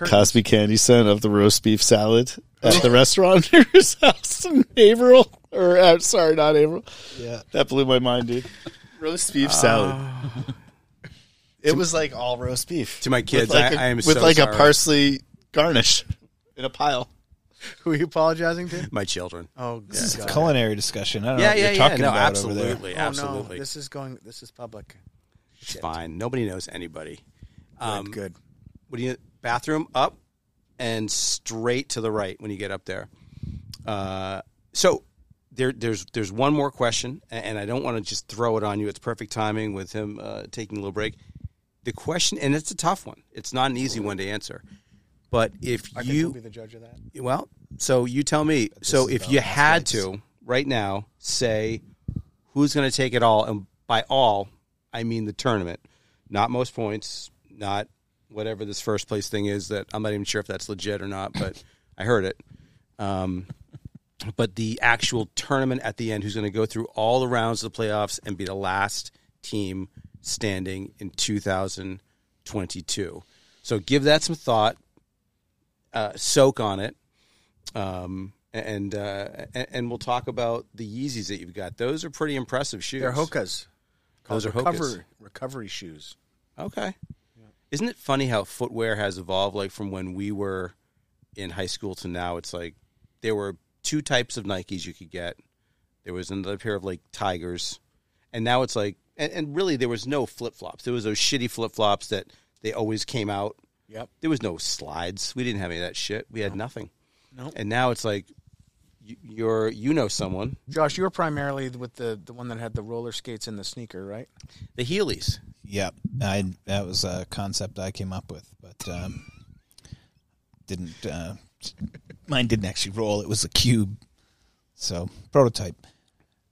Speaker 2: uh, Cosby Candy sent of the roast beef salad at the restaurant near his house in Averill? Or uh, sorry, not Averill.
Speaker 4: Yeah.
Speaker 2: That blew my mind, dude. Roast beef salad. Ah. it was like all roast beef
Speaker 1: To my kids,
Speaker 2: With like
Speaker 1: I-
Speaker 2: a-
Speaker 1: I am
Speaker 2: with
Speaker 1: so
Speaker 2: like
Speaker 1: sorry.
Speaker 2: a parsley garnish in a pile.
Speaker 3: Who are you apologizing to?
Speaker 1: My children.
Speaker 3: Oh, God.
Speaker 4: This is a culinary discussion. I don't know
Speaker 1: Yeah,
Speaker 4: what
Speaker 1: yeah,
Speaker 4: Oh, you're
Speaker 1: yeah.
Speaker 4: talking
Speaker 1: No,
Speaker 4: about over there.
Speaker 1: absolutely,
Speaker 3: Oh,
Speaker 1: absolutely.
Speaker 3: No, this is going. This is public.
Speaker 1: it's fine. Nobody knows anybody. Um,
Speaker 3: Good.
Speaker 1: What do you? Bathroom up and straight to the right when you get up there. Uh, so there, there's there's one more question, a- and I don't want to just throw it on you. It's perfect timing with him uh, taking a little break. The question, and it's a tough one. It's not an easy one to answer. But if
Speaker 3: I think
Speaker 1: you
Speaker 3: we'll be the judge of that.
Speaker 1: Well, so you tell me. So if you had to right now say who's going to take it all, and by all I mean the tournament, not most points, not whatever this first place thing is that I'm not even sure if that's legit or not, but I heard it. Um, but the actual tournament at the end, who's going to go through all the rounds of the playoffs and be the last team standing in 2022. So give that some thought, uh, soak on it, um, and uh, and, and we'll talk about the Yeezys that you've got. Those are pretty impressive shoes.
Speaker 3: They're hokas.
Speaker 1: Those are
Speaker 3: recover,
Speaker 1: hokas.
Speaker 3: Recovery shoes.
Speaker 1: Okay. Isn't it funny how footwear has evolved? Like from when we were in high school to now, it's like there were two types of Nikes you could get. There was another pair of like Tigers, and now it's like, and, and really there was no flip flops. There was those shitty flip flops that they always came out.
Speaker 3: Yep.
Speaker 1: There was no slides. We didn't have any of that shit. We had nothing.
Speaker 3: Nope.
Speaker 1: And now it's like you, you're you know someone
Speaker 3: Josh, you were primarily with the the one that had the roller skates and the sneaker, right?
Speaker 1: the Heelys.
Speaker 4: Yep, I that was a concept I came up with, but um, didn't uh, mine didn't actually roll. It was a cube, so prototype.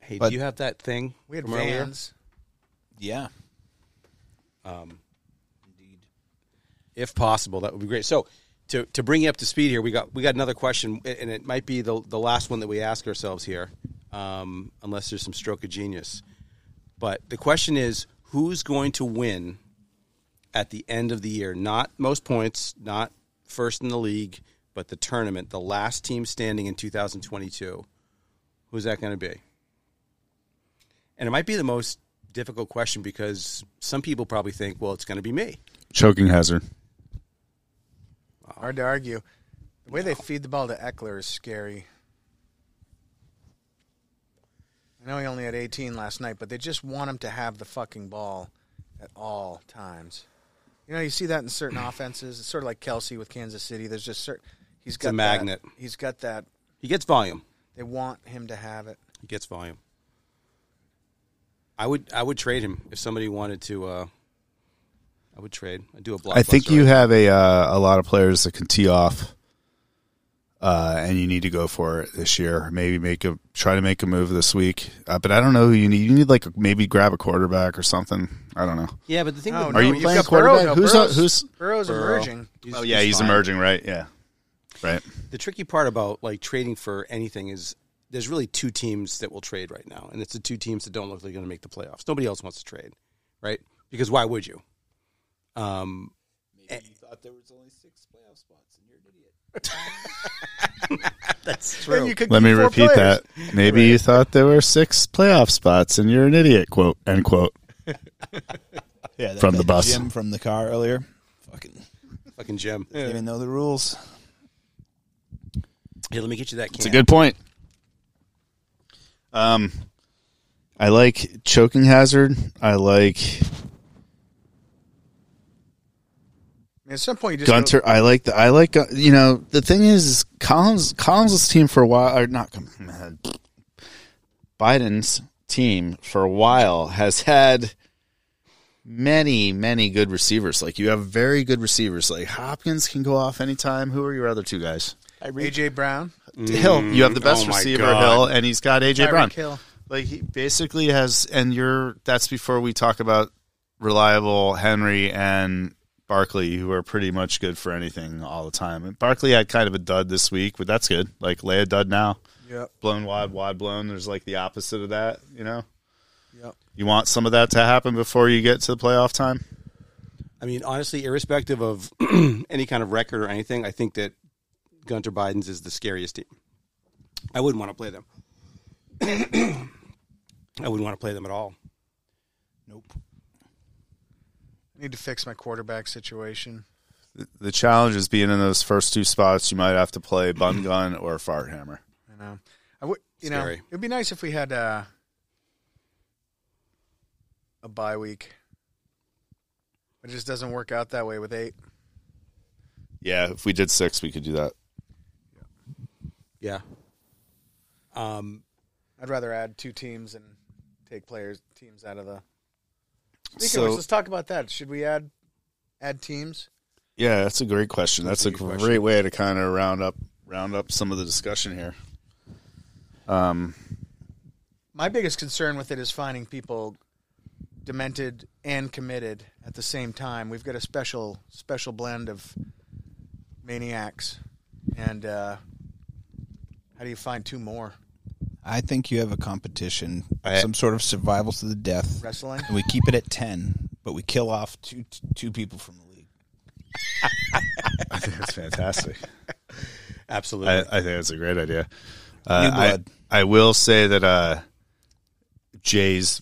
Speaker 1: Hey,
Speaker 4: But-
Speaker 1: do you have that thing?
Speaker 3: We had
Speaker 1: from earlier?
Speaker 3: vans.
Speaker 4: Yeah,
Speaker 1: if possible, that would be great. So, to, to bring you up to speed here, we got we got another question, and it might be the the last one that we ask ourselves here, um, unless there's some stroke of genius. But the question is, who's going to win at the end of the year? Not most points, not first in the league, but the tournament, the last team standing in 2022. Who's that going to be? And it might be the most difficult question because some people probably think, well, it's going to be me.
Speaker 2: Choking hazard.
Speaker 3: Hard to argue. The way they feed the ball to Eckler is scary. I know he only had 18 last night, but they just want him to have the fucking ball at all times. You know, you see that in certain offenses. It's sort of like Kelsey with Kansas City. There's just certain. He's got
Speaker 1: a
Speaker 3: that-
Speaker 1: magnet.
Speaker 3: He's got that.
Speaker 1: He gets volume.
Speaker 3: They want him to have it.
Speaker 1: He gets volume. I would I would trade him if somebody wanted to. Uh, I would trade. I do a block.
Speaker 2: I think you have a uh, a lot of players that can tee off, uh, and you need to go for it this year. Maybe make a try to make a move this week, uh, but I don't know who you need. You need like maybe grab a quarterback or something. I don't know.
Speaker 1: Yeah, but the thing
Speaker 3: Oh, No,
Speaker 1: with
Speaker 3: no,
Speaker 2: Are you
Speaker 3: you've
Speaker 2: playing
Speaker 3: got
Speaker 2: quarterback?
Speaker 3: Burrow, no,
Speaker 2: Who's-
Speaker 3: Burrow's,
Speaker 2: who's-
Speaker 3: Burrow's emerging?
Speaker 1: He's-
Speaker 2: Oh yeah, he's
Speaker 1: fine.
Speaker 2: emerging, right? Yeah, right.
Speaker 1: The tricky part about like trading for anything is there's really two teams that will trade right now, and it's the two teams that don't look like they're going to make the playoffs. Nobody else wants to trade, right? Because why would you? Um,
Speaker 7: Maybe you thought there was only six playoff spots, and you're an idiot.
Speaker 1: that's true.
Speaker 3: You could
Speaker 2: Let
Speaker 3: keep
Speaker 2: me
Speaker 3: four
Speaker 2: repeat
Speaker 3: players.
Speaker 2: that. Maybe you thought there were six playoff spots, and you're an idiot. Quote end quote.
Speaker 4: Yeah, that
Speaker 2: From
Speaker 4: guy
Speaker 2: the bus.
Speaker 4: Jim from the car earlier. Fucking
Speaker 1: Fucking Jim.
Speaker 4: didn't even know the rules.
Speaker 1: Here, let me get you that. Can.
Speaker 2: It's a good point. Um, I like choking hazard. I like
Speaker 3: I mean, at some point, you just go-
Speaker 2: Gunter. I like the. I like Gun- you know the thing is, is Collins Collins's team for a while or not. come- man. Biden's team for a while has had many many good receivers. Like you have very good receivers. Like Hopkins can go off anytime. Who are your other two guys?
Speaker 3: AJ Brown,
Speaker 2: Hill. You have the best
Speaker 1: oh my
Speaker 2: receiver,
Speaker 1: God.
Speaker 2: Hill, and he's got AJ Brown.
Speaker 3: Tyreek Hill.
Speaker 2: Like he basically has, and you're that's before we talk about reliable Henry and Barkley, who are pretty much good for anything all the time. And Barkley had kind of a dud this week, but that's good. Like lay a dud now,
Speaker 3: Yep,
Speaker 2: blown wide, wide blown. There's like the opposite of that, you know.
Speaker 3: yep.
Speaker 2: You want some of that to happen before you get to the playoff time.
Speaker 1: I mean, honestly, irrespective of any kind of record or anything, I think that Gunter Biden's is the scariest team. I wouldn't want to play them. I wouldn't want to play them at all.
Speaker 4: Nope.
Speaker 3: I need to fix my quarterback situation.
Speaker 2: The challenge is being in those first two spots. You might have to play bun gun or fart hammer.
Speaker 3: You know, I would. You know,
Speaker 1: Scary.
Speaker 3: it'd be nice if we had uh, a bye week. It just doesn't work out that way with eight.
Speaker 2: Yeah, if we did six, we could do that.
Speaker 1: Yeah. Um,
Speaker 3: I'd rather add two teams and take players teams out of the. Speaking
Speaker 2: So-
Speaker 3: of which, let's talk about that. Should we add add teams?
Speaker 2: Yeah, that's a great question. That's,
Speaker 1: a
Speaker 2: a,
Speaker 1: good
Speaker 2: great
Speaker 1: question.
Speaker 2: way to kind of round up round up some of the discussion here. Um,
Speaker 3: My biggest concern with it is finding people demented and committed at the same time. We've got a special special blend of maniacs, and uh, how do you find two more
Speaker 4: I think you have a competition,
Speaker 2: I-
Speaker 4: some sort of survival to the death.
Speaker 3: wrestling?
Speaker 4: And we keep it at 10, but we kill off two two people from the league.
Speaker 2: I think that's fantastic.
Speaker 1: absolutely.
Speaker 2: I, I think that's a great idea. Uh,
Speaker 4: New
Speaker 2: I,
Speaker 4: blood.
Speaker 2: I will say that uh, Jay's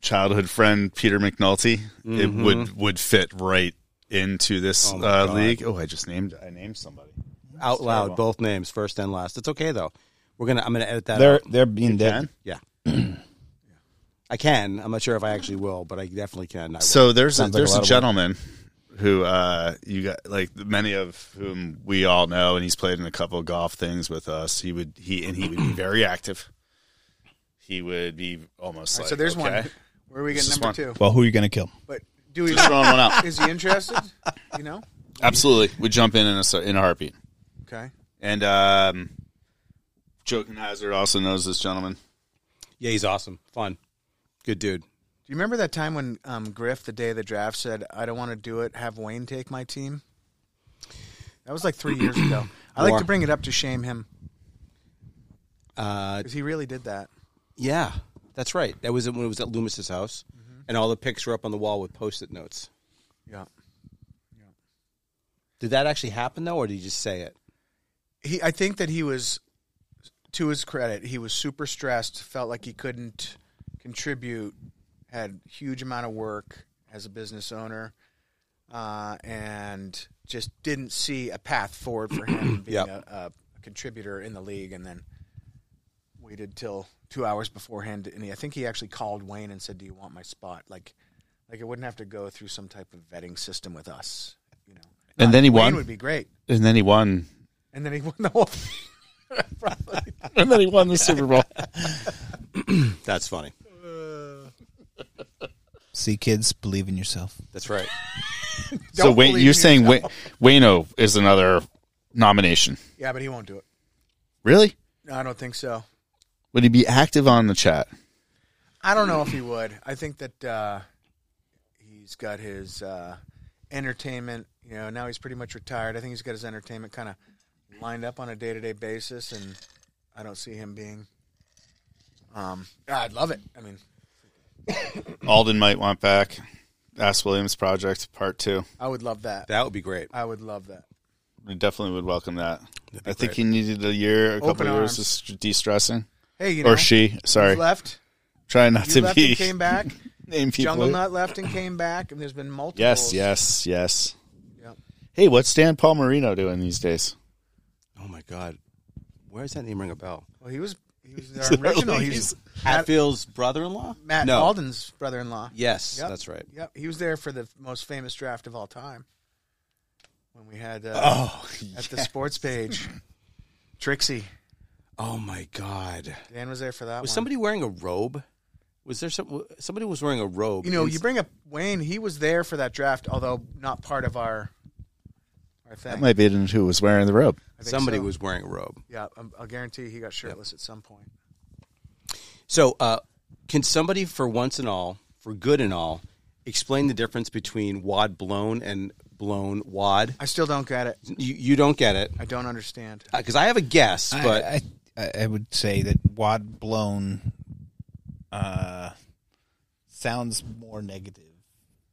Speaker 2: childhood friend Peter McNulty it would would fit right into this
Speaker 1: Oh my
Speaker 2: uh,
Speaker 1: God.
Speaker 2: league. Oh, I just named I named somebody.
Speaker 1: Out loud, both names, first and last. It's okay though. We're gonna. I'm gonna edit that.
Speaker 4: They're
Speaker 1: out.
Speaker 4: they're being dead.
Speaker 2: Can?
Speaker 1: Yeah. I can. I'm not sure if I actually will, but I definitely can. I will.
Speaker 2: So there's a,
Speaker 4: Sounds like a
Speaker 2: there's
Speaker 4: lot
Speaker 2: a,
Speaker 4: of work.
Speaker 2: gentleman who uh, you got like many of whom we all know, and he's played in a couple of golf things with us. He would he and he would be very active. He would be almost like
Speaker 3: so there's
Speaker 2: okay.
Speaker 3: one. Where are we
Speaker 2: This
Speaker 3: getting
Speaker 2: is
Speaker 3: number two?
Speaker 2: one.
Speaker 4: Well, who are you going to kill?
Speaker 3: But do we?
Speaker 2: Just throwing one out.
Speaker 3: is he interested? You know?
Speaker 2: Absolutely, would jump in in a s- in a heartbeat.
Speaker 3: Okay.
Speaker 2: And um, Joking Hazard also knows this gentleman.
Speaker 1: yeah, he's awesome, fun, good dude.
Speaker 3: Do you remember that time when um, Griff, the day of the draft, said, "I don't want to do it. Have Wayne take my team." That was like three years ago. I like
Speaker 1: More.
Speaker 3: to bring it up to shame him
Speaker 1: Uh,
Speaker 3: because he really did that.
Speaker 1: yeah, that's right. That was when it was at Loomis's house, and all the pics were up on the wall with post-it notes.
Speaker 3: Yeah.
Speaker 1: Did that actually happen though, or did you just say it?
Speaker 3: He, I think that he was, to his credit, he was super stressed. Felt like he couldn't contribute, had huge amount of work as a business owner, uh, and just didn't see a path forward for him being
Speaker 2: Yep.
Speaker 3: a, a contributor in the league. And then waited till two hours beforehand, and he, I think he actually called Wayne and said, "Do you want my spot?" Like, like it wouldn't have to go through some type of vetting system with us, you know.
Speaker 2: And then he
Speaker 3: Wayne
Speaker 2: won.
Speaker 3: would be great.
Speaker 2: And then he won.
Speaker 3: And then he won the whole thing. Probably.
Speaker 2: And then he won the Super Bowl.
Speaker 1: That's funny.
Speaker 4: See, kids, believe in yourself.
Speaker 1: That's right.
Speaker 2: so
Speaker 3: Don't
Speaker 2: Wayne,
Speaker 3: believe
Speaker 2: you're saying Wayne,
Speaker 3: yourself.
Speaker 2: Wayno is another nomination.
Speaker 3: Yeah, but he won't do it.
Speaker 2: Really?
Speaker 3: No, I don't think so.
Speaker 2: Would he be active on the chat?
Speaker 3: I don't know if he would. I think that uh, he's got his uh, entertainment. You know, now he's pretty much retired. I think he's got his entertainment kind of lined up on a day to day basis, and I don't see him being. Um, I'd love it. I mean,
Speaker 2: Alden might want back. Ask Williams Project Part Two.
Speaker 3: I would love that.
Speaker 1: That would be great.
Speaker 3: I would love that.
Speaker 2: We definitely would welcome that.
Speaker 1: That'd be
Speaker 2: I think
Speaker 1: great.
Speaker 2: he needed a year, a couple of
Speaker 3: arms.
Speaker 2: years of de stressing,
Speaker 3: Hey, you know,
Speaker 2: or she. Sorry,
Speaker 3: you left.
Speaker 2: trying not
Speaker 3: You
Speaker 2: to
Speaker 3: left
Speaker 2: be
Speaker 3: and came back.
Speaker 2: name people.
Speaker 3: Jungle Nut left and came back, and there's been multiple.
Speaker 2: Yes, yes, yes.
Speaker 3: Yep.
Speaker 2: Hey, what's Dan Paul Marino doing these days?
Speaker 1: Oh my God. Where does that name ring a bell?
Speaker 3: Well, he was he was the original. He's Matt,
Speaker 1: Hatfield's brother-in-law.
Speaker 3: Matt
Speaker 1: no.
Speaker 3: Alden's brother-in-law.
Speaker 1: Yes,
Speaker 3: Yep.
Speaker 1: that's right.
Speaker 3: Yep, he was there for the most famous draft of all time. When we had uh,
Speaker 2: Oh,
Speaker 3: at the sports page, Trixie
Speaker 1: Oh my God.
Speaker 3: Dan was there for that.
Speaker 1: Was
Speaker 3: one.
Speaker 1: somebody wearing a robe? Was there some? Somebody was wearing a robe.
Speaker 3: You know, you
Speaker 1: It's-
Speaker 3: bring up Wayne. He was there for that draft, although not part of our our thing.
Speaker 2: that might be it who was wearing the robe.
Speaker 3: I think
Speaker 1: somebody
Speaker 3: so.
Speaker 1: was wearing a robe.
Speaker 3: Yeah, I'm, I'll guarantee he got shirtless at some point.
Speaker 1: So, uh, can somebody, for once and all, for good and all, explain the difference between wad blown and blown wad?
Speaker 3: I still don't get it.
Speaker 1: You, you don't get it
Speaker 3: I don't understand.
Speaker 1: because I have a guess, but
Speaker 4: I, I, I would say that wad blown uh, sounds more negative.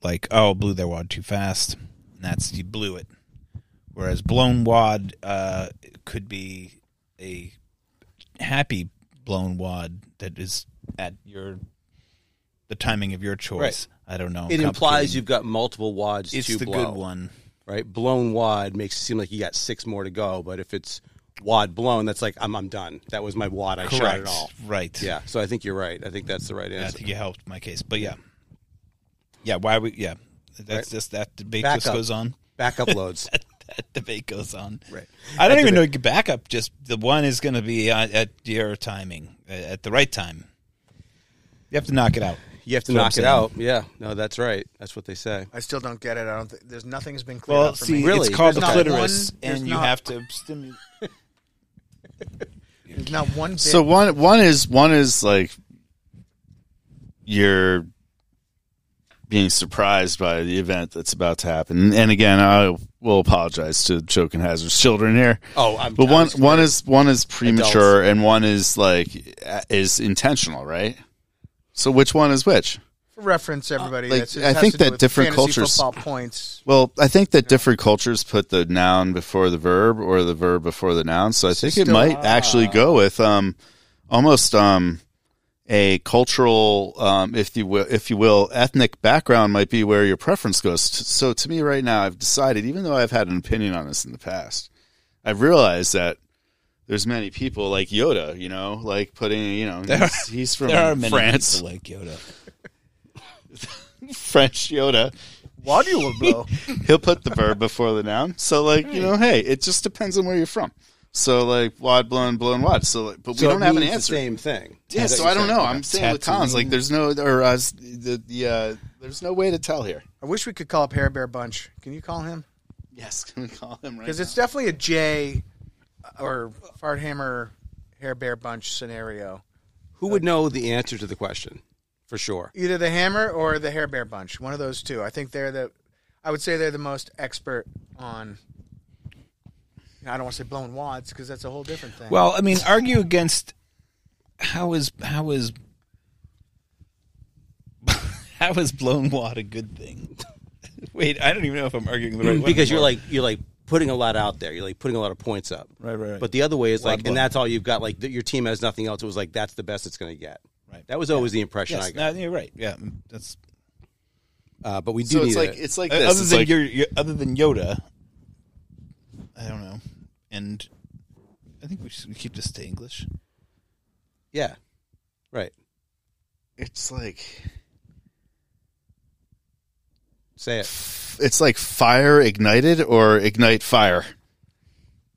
Speaker 4: Like, oh, blew their wad too fast. And that's you blew it. Whereas blown wad uh, could be a happy blown wad that is at your the timing of your choice. I don't know.
Speaker 1: it implies
Speaker 4: Complicating.
Speaker 1: you've got multiple wads
Speaker 4: it's
Speaker 1: to
Speaker 4: the
Speaker 1: blow.
Speaker 4: good one.
Speaker 1: right? Blown wad makes it seem like you got six more to go, but if it's wad blown, that's like I'm I'm done. That was my wad. I shot it all.
Speaker 4: Right.
Speaker 1: Yeah, so I think you're right. I think that's the right
Speaker 4: Yeah, I
Speaker 1: answer.
Speaker 4: think you helped my case, but yeah, yeah. Why we? Yeah, that's
Speaker 1: Right.
Speaker 4: just that debate
Speaker 1: Back
Speaker 4: just
Speaker 1: up.
Speaker 4: goes on.
Speaker 1: Back uploads.
Speaker 4: That debate goes on.
Speaker 1: Right.
Speaker 4: I don't
Speaker 1: That
Speaker 4: even know your backup. Just the one is going to be uh, at your timing uh, at the right time. You have to knock it out.
Speaker 1: You have to knock
Speaker 4: That's
Speaker 1: it
Speaker 4: what I'm
Speaker 1: out. Yeah, no, that's right. That's what they say.
Speaker 3: I still don't get it. I don't. Th- there's nothing's been cleared
Speaker 4: Well,
Speaker 3: up for
Speaker 4: see,
Speaker 3: me.
Speaker 1: Really?
Speaker 4: it's
Speaker 3: There's
Speaker 4: called the
Speaker 3: not
Speaker 4: clitoris,
Speaker 3: one- there's
Speaker 4: and you
Speaker 3: not-
Speaker 4: have to stimulate.
Speaker 3: There's not one. Bit.
Speaker 2: So one one is one is like you're being surprised by the event that's about to happen. And again, I will apologize to Choke and Hazard's children here.
Speaker 1: Oh, I'm.
Speaker 2: But
Speaker 1: I
Speaker 2: one
Speaker 1: was-
Speaker 2: one is one is premature and one is like uh, is intentional, right? So which one is which?
Speaker 3: For reference, everybody.
Speaker 2: Like,
Speaker 3: that's, it
Speaker 2: I
Speaker 3: has
Speaker 2: think
Speaker 3: to do
Speaker 2: that
Speaker 3: with
Speaker 2: different
Speaker 3: fantasy
Speaker 2: cultures-
Speaker 3: football points.
Speaker 2: Well, I think that different cultures put the noun before the verb or the verb before the noun. So I think it
Speaker 3: Still-
Speaker 2: might actually
Speaker 4: ah.
Speaker 2: go with um, almost um, a cultural, um, if you will, if you will, ethnic background might be where your preference goes. T- So to me, right now, I've decided, even though I've had an opinion on this in the past, I've realized that there's many people like Yoda, you know, like putting, you know,
Speaker 4: are-
Speaker 2: he's, he's from
Speaker 4: There are many
Speaker 2: France,
Speaker 4: people like Yoda.
Speaker 2: French Yoda.
Speaker 3: Why do you blow?
Speaker 2: he'll put the verb before the noun. So like you know, hey, it just depends on where you're from. So like wad blown blown wad. So like, but we
Speaker 1: so it
Speaker 2: don't have an
Speaker 1: means the
Speaker 2: answer.
Speaker 1: same thing.
Speaker 2: Yeah,
Speaker 1: Is that
Speaker 2: so
Speaker 1: what
Speaker 2: I don't
Speaker 1: you're
Speaker 2: know.
Speaker 1: saying?
Speaker 2: I'm saying with Collins, like there's no or uh, s- the the uh, there's no way to tell here.
Speaker 3: I wish we could call up Hair Bear Bunch. Can you call him?
Speaker 2: Yes, can we call him right?
Speaker 3: Because it's definitely a J or Fart Hammer Hair Bear Bunch scenario.
Speaker 1: Who would know the answer to the question for sure?
Speaker 3: Either the Hammer or the Hair Bear Bunch. One of those two. I think they're the. I would say they're the most expert on. I don't want to say blown wads because that's a whole different thing.
Speaker 4: Well, I mean, argue against how is how is how is blown wad a good thing? Wait, I don't even know if I'm arguing the right one
Speaker 1: Because you're
Speaker 4: anymore.
Speaker 1: like you're like putting a lot out there. You're like putting a lot of points up.
Speaker 4: Right, right, right.
Speaker 1: But the other way is like,
Speaker 4: blood.
Speaker 1: and that's all you've got. Like th- your team has nothing else. It was like that's the best it's going to get.
Speaker 4: Right.
Speaker 1: That was always the impression
Speaker 4: Yes,
Speaker 1: I got.
Speaker 4: no, you're right. Yeah, mm, that's
Speaker 1: Uh, but we do
Speaker 2: So it's
Speaker 1: need
Speaker 2: like
Speaker 1: a-
Speaker 2: it's like
Speaker 4: Uh,
Speaker 2: this.
Speaker 4: other
Speaker 2: It's
Speaker 4: than
Speaker 2: like-
Speaker 4: your, your other than Yoda. I don't know, and I think we should we keep this to English.
Speaker 1: yeah, right.
Speaker 2: it's like
Speaker 1: Say it.
Speaker 2: it's like fire ignited or ignite fire.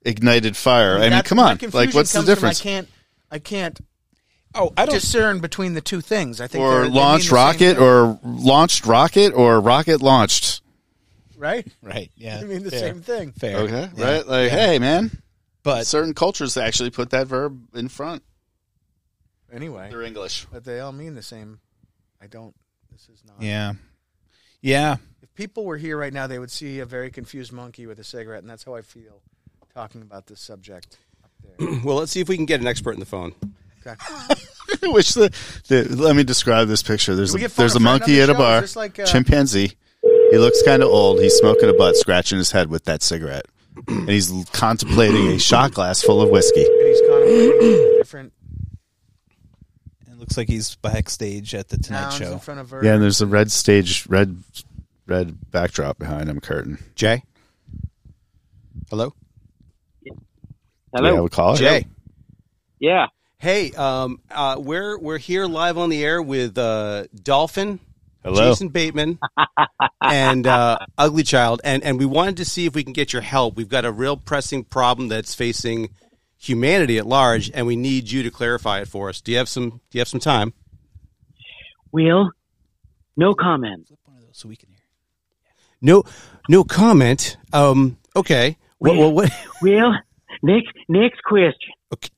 Speaker 2: Ignited fire. I mean,
Speaker 3: That's
Speaker 2: come
Speaker 3: where my
Speaker 2: on. Like,
Speaker 3: confusion
Speaker 2: what's the
Speaker 3: comes from.
Speaker 2: difference?
Speaker 3: I can't. I can't
Speaker 4: Oh, I don't.
Speaker 3: discern between the two things. I think
Speaker 2: Or
Speaker 3: they're- they mean
Speaker 2: launched
Speaker 3: the same
Speaker 2: rocket,
Speaker 3: thing,
Speaker 2: or launched rocket, or rocket launched.
Speaker 3: right.
Speaker 4: right. Yeah.
Speaker 3: I mean the
Speaker 4: fair,
Speaker 3: same thing.
Speaker 4: Fair.
Speaker 2: Okay,
Speaker 4: Yeah.
Speaker 2: right? Like, hey, man.
Speaker 4: But
Speaker 2: Certain cultures actually put that verb in front.
Speaker 3: Anyway,
Speaker 2: They're English.
Speaker 3: but they all mean the same. I don't. This is not.
Speaker 4: yeah, yeah.
Speaker 3: If people were here right now, they would see a very confused monkey with a cigarette, and that's how I feel talking about this subject. Up there.
Speaker 1: Well, let's see if we can get an expert in the phone.
Speaker 2: Which the, the let me describe this picture. There's
Speaker 3: Do we
Speaker 2: a,
Speaker 3: get phone
Speaker 2: there's a
Speaker 3: a friend
Speaker 2: monkey
Speaker 3: on
Speaker 2: at
Speaker 3: the
Speaker 2: a
Speaker 3: show? Is
Speaker 2: bar,
Speaker 3: this like, uh,
Speaker 2: chimpanzee. He looks kind of old. He's smoking a butt, scratching his head with that cigarette, and he's l- contemplating a shot glass full of whiskey.
Speaker 3: And he's contemplating different
Speaker 4: It looks like he's backstage at the Tonight
Speaker 3: towns in
Speaker 4: Show.
Speaker 3: front of her.
Speaker 2: Yeah, and there's a red stage, red, red backdrop behind him, curtain.
Speaker 1: Jay. Hello,
Speaker 2: Do we have a caller?
Speaker 1: Jay.
Speaker 8: Yeah.
Speaker 1: Hey, um, uh, we're we're here live on the air with uh, Dolphin,
Speaker 2: Hello.
Speaker 1: Jason Bateman, and uh, Ugly Child, and and we wanted to see if we can get your help. We've got a real pressing problem that's facing humanity at large, and we need you to clarify it for us. Do you have some Do you have some time?
Speaker 8: Wheel. No comment.
Speaker 4: One of those so we can hear.
Speaker 1: No, no comment. Um, okay. What, what, what?
Speaker 8: Wheel. Next next question.
Speaker 1: Okay.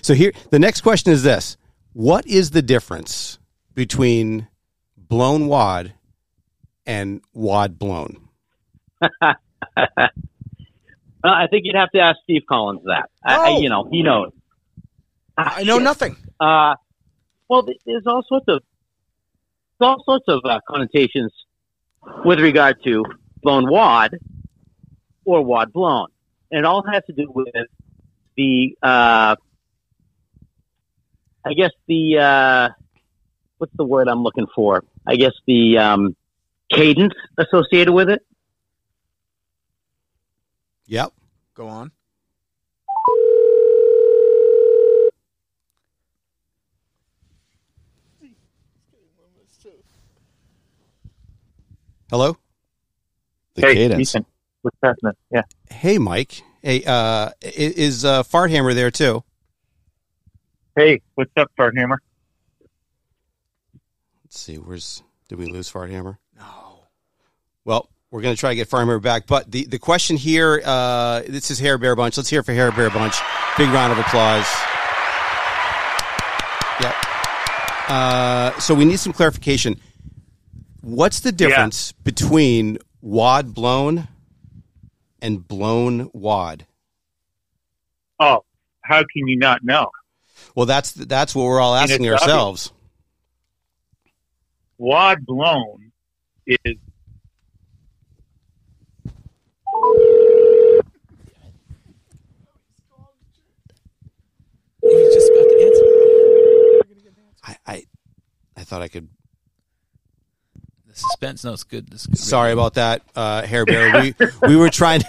Speaker 1: So here, the next question is this: What is the difference between blown wad and wad blown?
Speaker 8: Uh, I think you'd have to ask Steve Collins that. I, I,
Speaker 3: No.
Speaker 8: you know, he knows. Ah,
Speaker 3: Oh. I know
Speaker 8: shit.
Speaker 3: nothing.
Speaker 8: Uh, well, th- there's all sorts of there's all sorts of uh, connotations with regard to blown wad or wad blown, and it all has to do with the uh, I guess the uh, what's the word I'm looking for? I guess the um, cadence associated with it.
Speaker 1: Yep.
Speaker 3: Go on.
Speaker 1: Hello.
Speaker 2: The cadence.
Speaker 8: what's happening? Yeah.
Speaker 1: Hey, Mike. Hey, uh, i- is uh, Farthammer there too?
Speaker 5: Hey, what's up, Farhammer?
Speaker 1: Let's see. Where's did we lose Farthammer?
Speaker 3: No.
Speaker 1: Well, we're going to try to get Farthammer back. But the the question here, uh, this is Hair Bear Bunch. Let's hear it for Hair Bear Bunch. Big round of applause. Yep. Uh, so we need some clarification. What's the difference between wad blown and blown wad?
Speaker 5: Oh, how can you not know?
Speaker 1: Well, that's that's what we're all
Speaker 5: And
Speaker 1: asking
Speaker 5: it's obvious.
Speaker 1: ourselves.
Speaker 5: Wad blown is
Speaker 6: He's just about to answer.
Speaker 1: I, I I thought I could
Speaker 6: The suspense. No, it's good. This is good.
Speaker 1: Sorry about that, uh, Hair Bear. We we were trying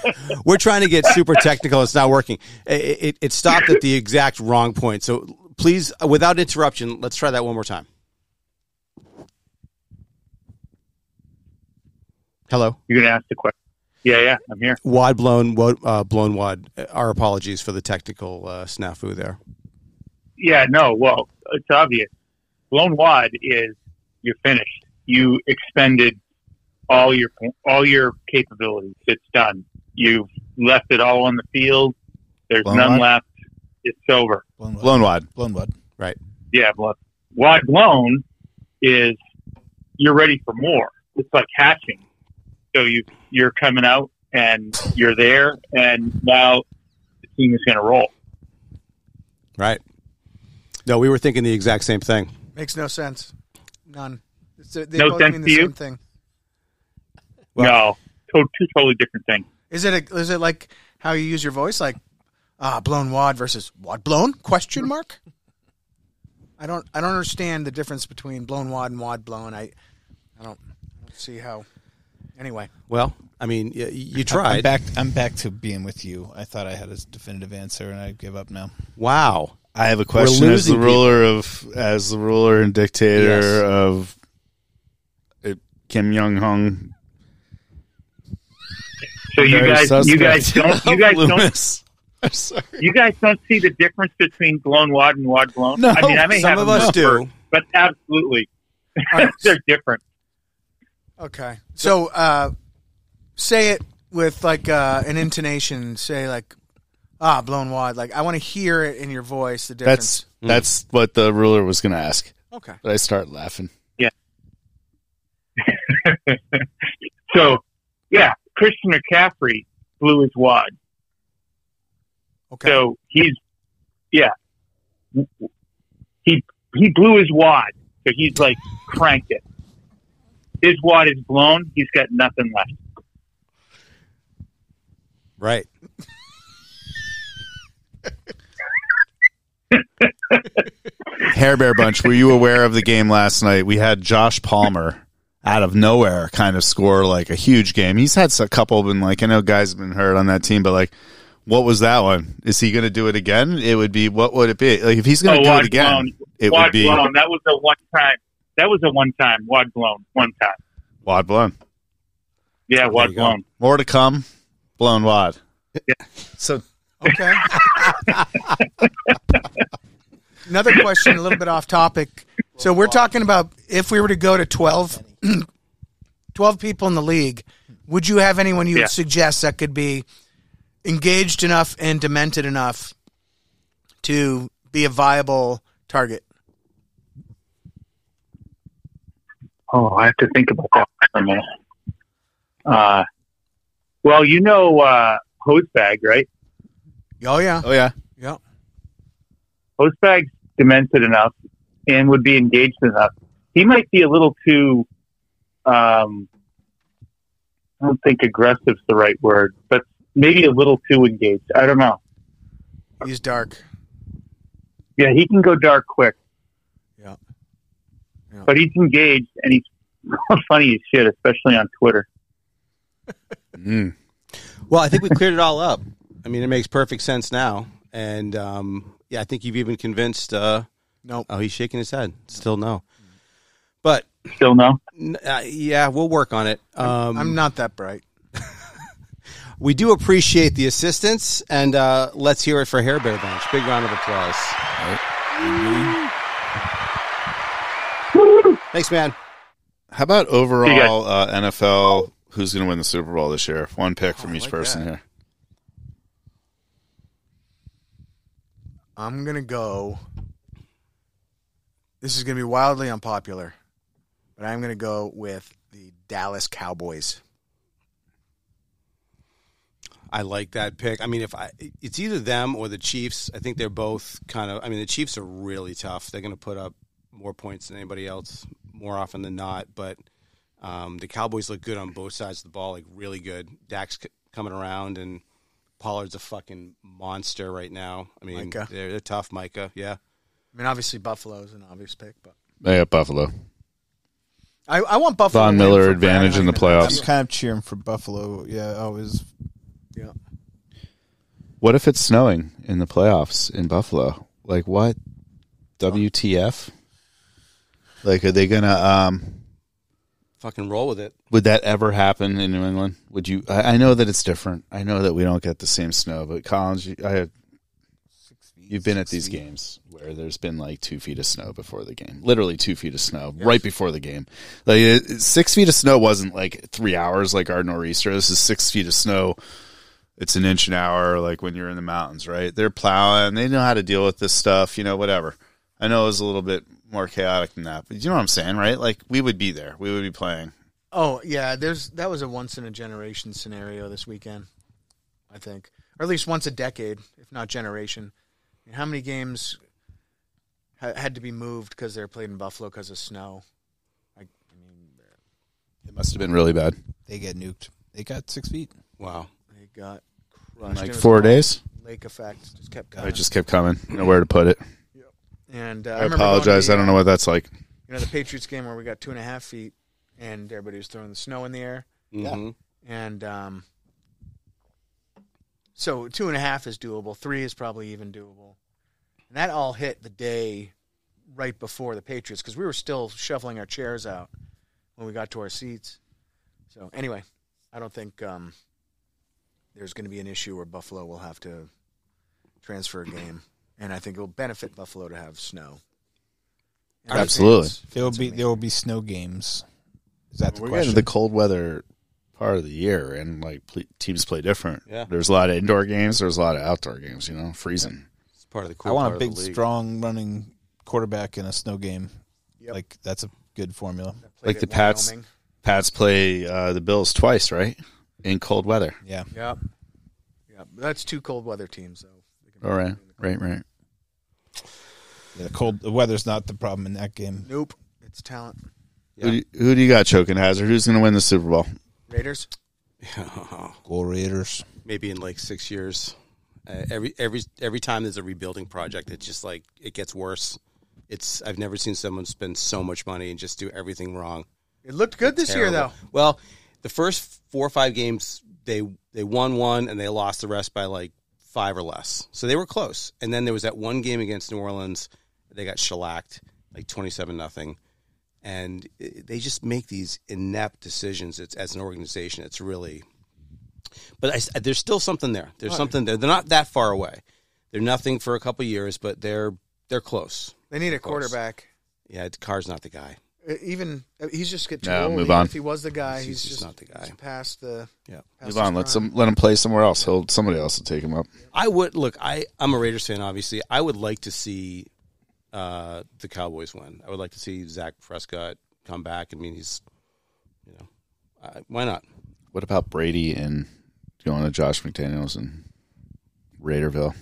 Speaker 1: we're trying to get super technical. It's not working. It, it, it stopped at the exact wrong point. So please, uh, without interruption, let's try that one more time. Hello,
Speaker 5: you're gonna ask the question. Yeah, yeah, I'm here.
Speaker 1: wad blown, wad, uh, blown wad. Our apologies for the technical uh, snafu there.
Speaker 5: Yeah, no, well, it's obvious. Blown wad is you're finished. You expended all your all your capabilities. It's done. You've left it all on the field. There's
Speaker 2: Blown
Speaker 5: none
Speaker 2: wad?
Speaker 5: left. It's over.
Speaker 4: Blown wad.
Speaker 2: Blown wad.
Speaker 4: Blown wad.
Speaker 5: Yeah, blown. Wad blown is you're ready for more. It's like hatching. So you you're coming out and you're there, and now the team is going to roll.
Speaker 1: Right? No, we were thinking the exact same thing.
Speaker 3: Makes no sense. None. It's, they
Speaker 5: No
Speaker 3: both
Speaker 5: sense
Speaker 3: mean
Speaker 5: to
Speaker 3: the
Speaker 5: you?
Speaker 3: same thing.
Speaker 5: No, to- two totally different things.
Speaker 3: Is it a, is it like how you use your voice, like ah, blown wad versus wad blown? Question mark. I don't I don't understand the difference between blown wad and wad blown. I I don't, I don't see how. Anyway,
Speaker 1: Well, I mean, you, you
Speaker 4: I'm
Speaker 1: tried.
Speaker 4: back. I'm back to being with you. I thought I had a definitive answer, and I give up now.
Speaker 1: Wow.
Speaker 2: I have a question as
Speaker 1: losing
Speaker 2: the ruler of as the ruler and dictator
Speaker 4: Yes.
Speaker 2: of uh, Kim Jong Un.
Speaker 5: So you guys, you guys don't, you guys don't,
Speaker 2: I'm sorry.
Speaker 5: you guys don't see the difference between blown wad and wad blown.
Speaker 2: No,
Speaker 5: I mean, I may
Speaker 1: Some
Speaker 5: have
Speaker 1: of
Speaker 5: a
Speaker 1: us
Speaker 5: number,
Speaker 1: do.
Speaker 5: but absolutely, they're different.
Speaker 3: okay. So uh, say it with like uh, an intonation. Say like ah blown wad. Like I want to hear it in your voice. The difference.
Speaker 2: That's that's what the ruler was going to ask.
Speaker 3: okay.
Speaker 2: But I start laughing.
Speaker 5: So, yeah, Christian McCaffrey blew his wad.
Speaker 3: Okay.
Speaker 5: So he's, yeah, he he blew his wad. So he's like cranked it. His wad is blown. He's got nothing left.
Speaker 1: Right.
Speaker 2: Hair Bear Bunch, were you aware of the game last night? We had Josh Palmer out of nowhere kind of score like a huge game. He's had a couple been like I know guys have been hurt on that team, but like what was that one? Is he going to do it again? It would be what would it be? Like if he's going to
Speaker 5: Oh,
Speaker 2: do
Speaker 5: wad
Speaker 2: it again,
Speaker 5: blown.
Speaker 2: it
Speaker 5: wad
Speaker 2: would be
Speaker 5: blown. That was a one time. That was a one time wad blown. One time.
Speaker 2: wad blown.
Speaker 5: Yeah, wad
Speaker 1: you go.
Speaker 5: blown.
Speaker 2: More to come. Blown wad. So
Speaker 3: Okay. Another question, a little bit off topic. So we're talking about if we were to go to 12, 12 people in the league, would you have anyone you
Speaker 5: Yeah.
Speaker 3: would suggest that could be engaged enough and demented enough to be a viable target?
Speaker 5: Oh, I have to think about that for a minute. Uh, well, you know, uh, Hosebag, right?
Speaker 3: Oh yeah,
Speaker 2: oh yeah,
Speaker 3: yeah.
Speaker 5: Hosebag's demented enough and would be engaged enough. He might be a little too, um, I don't think aggressive's the right word, but maybe a little too engaged. I don't know.
Speaker 3: He's dark.
Speaker 5: Yeah, he can go dark quick.
Speaker 3: Yeah. Yeah.
Speaker 5: But he's engaged and he's funny as shit, especially on Twitter.
Speaker 2: Mm.
Speaker 1: Well, I think we cleared it all up. I mean, it makes perfect sense now. And um, yeah, I think you've even convinced. Uh,
Speaker 3: No,
Speaker 1: oh, he's shaking his head. Still no. But
Speaker 5: Still no?
Speaker 1: n- uh, yeah, we'll work on it. Um,
Speaker 3: I'm not that bright.
Speaker 1: we do appreciate the assistance, and uh, let's hear it for Hair Bear Bunch. Big round of applause. Thanks, man.
Speaker 2: How about
Speaker 5: You
Speaker 2: overall
Speaker 5: guys-
Speaker 2: uh, NFL? Who's going to win the Super Bowl this year? One pick from each person here.
Speaker 3: I'm gonna go. This is gonna be wildly unpopular, but I'm gonna go with the Dallas Cowboys.
Speaker 1: I like that pick. I mean, if I, it's either them or the Chiefs. I think they're both kind of. I mean, the Chiefs are really tough. They're going to put up more points than anybody else more often than not. But um, the Cowboys look good on both sides of the ball, like really good. Dak's c- coming around, and Pollard's a fucking monster right now. I mean,
Speaker 3: Micah.
Speaker 1: They're, they're tough, Micah. Yeah,
Speaker 3: I mean, obviously Buffalo's an obvious pick, but
Speaker 2: They got Buffalo.
Speaker 3: I, I want Buffalo.
Speaker 2: Von
Speaker 3: to win
Speaker 2: Miller
Speaker 3: for
Speaker 2: advantage
Speaker 3: Brad.
Speaker 2: in the
Speaker 4: I'm
Speaker 2: playoffs.
Speaker 4: kind of cheering for Buffalo. Yeah, always.
Speaker 3: Yeah.
Speaker 2: What if it's snowing in the playoffs in Buffalo? Like what? WTF? Like are they gonna? Um,
Speaker 1: fucking roll with it.
Speaker 2: would that ever happen in New England? Would you? I, I know that it's different. I know that we don't get the same snow, but Collins, you, I, you've been at these games where there's been like two feet of snow before the game, literally two feet of snow right before the game. Like it, six feet of snow wasn't like three hours like our nor'easter. This is six feet of snow. It's an inch an hour, like when you're in the mountains, right? They're plowing. They know how to deal with this stuff, you know, whatever. I know it was a little bit more chaotic than that, but you know what I'm saying, right? Like we would be there. We would be playing.
Speaker 3: Oh yeah, there's that was a once in a generation scenario this weekend, I think, or at least once a decade, if not generation. I mean, how many games ha- had to be moved because they were played in Buffalo because of snow? Like, I mean,
Speaker 2: It must have been really bad.
Speaker 4: They get nuked. They got six feet.
Speaker 1: Wow.
Speaker 3: they got crushed. It
Speaker 2: Like
Speaker 3: was
Speaker 2: four
Speaker 3: all
Speaker 2: days.
Speaker 3: Lake effect just kept
Speaker 2: I
Speaker 3: coming.
Speaker 2: just kept coming. Nowhere to put it.
Speaker 3: And uh,
Speaker 2: I,
Speaker 3: remember
Speaker 2: apologize.
Speaker 3: going to the,
Speaker 2: I don't know what that's like.
Speaker 3: You know the Patriots game where we got two and a half feet, and everybody was throwing the snow in the air,
Speaker 1: Mhm.
Speaker 3: and um, so two and a half is doable. Three is probably even doable, and that all hit the day right before the Patriots because we were still shuffling our chairs out when we got to our seats. So anyway, I don't think um, there's going to be an issue where Buffalo will have to transfer a game, and I think it will benefit Buffalo to have snow. And
Speaker 2: Absolutely.
Speaker 3: fans.
Speaker 4: There will
Speaker 3: That's
Speaker 4: be
Speaker 3: amazing.
Speaker 4: there will be snow games. Is that the
Speaker 2: We're getting
Speaker 4: question?
Speaker 2: to the cold weather part of the year, and like ple- teams play different.
Speaker 1: Yeah.
Speaker 2: There's a lot of indoor games. There's a lot of outdoor games. You know, freezing.
Speaker 1: It's part of the cool
Speaker 4: I want
Speaker 1: part
Speaker 4: a
Speaker 1: of
Speaker 4: big,
Speaker 1: the league.
Speaker 4: strong running quarterback in a snow game.
Speaker 3: Yep.
Speaker 4: Like that's a good formula.
Speaker 3: Played
Speaker 2: Like the
Speaker 3: at
Speaker 2: Pats.
Speaker 3: Wyoming.
Speaker 2: Pats play uh, the Bills twice, right? In cold weather.
Speaker 4: Yeah.
Speaker 3: Yep. Yep. That's two cold weather teams, though. They can-
Speaker 2: All right, right, right.
Speaker 4: yeah the cold the weather's not the problem in that game.
Speaker 3: Nope. It's talent.
Speaker 2: Who, do you, who do you got choking hazard? Who's going to win the Super Bowl?
Speaker 3: Raiders.
Speaker 4: Go Raiders.
Speaker 1: maybe in like six years. Uh, every every every time there's a rebuilding project, it's just like it gets worse. It's I've never seen someone spend so much money and just do everything wrong.
Speaker 3: It looked good this year, though.
Speaker 1: Terrible. Well, the first four or five games they they won one and they lost the rest by like five or less. So they were close. And then there was that one game against New Orleans, they got shellacked like twenty seven nothing. And it- they just make these inept decisions. It's as an organization, it's really. But I s there's still something there. There's something there. They're not that far away. They're nothing for a couple years, but they're they're close.
Speaker 3: They need a
Speaker 1: course.
Speaker 3: quarterback.
Speaker 1: Yeah, Carr's not the guy.
Speaker 3: Uh, Even uh, he's just get too
Speaker 2: No,
Speaker 3: old.
Speaker 2: move
Speaker 3: Even
Speaker 2: on.
Speaker 3: If he was the guy,
Speaker 1: He's
Speaker 3: he's,
Speaker 1: just
Speaker 3: just
Speaker 1: not the guy.
Speaker 3: he's Past the
Speaker 1: Yeah.
Speaker 3: past
Speaker 2: Move
Speaker 3: his
Speaker 2: on. Let
Speaker 3: prime.
Speaker 2: some let him play somewhere else. He'll somebody else will take him up.
Speaker 1: I would look. I I'm a Raiders fan, obviously. I would like to see uh, the Cowboys win. I would like to see Zach Prescott come back. I mean, he's you know, uh, why not?
Speaker 2: What about Brady and going to Josh McDaniels and Raiderville?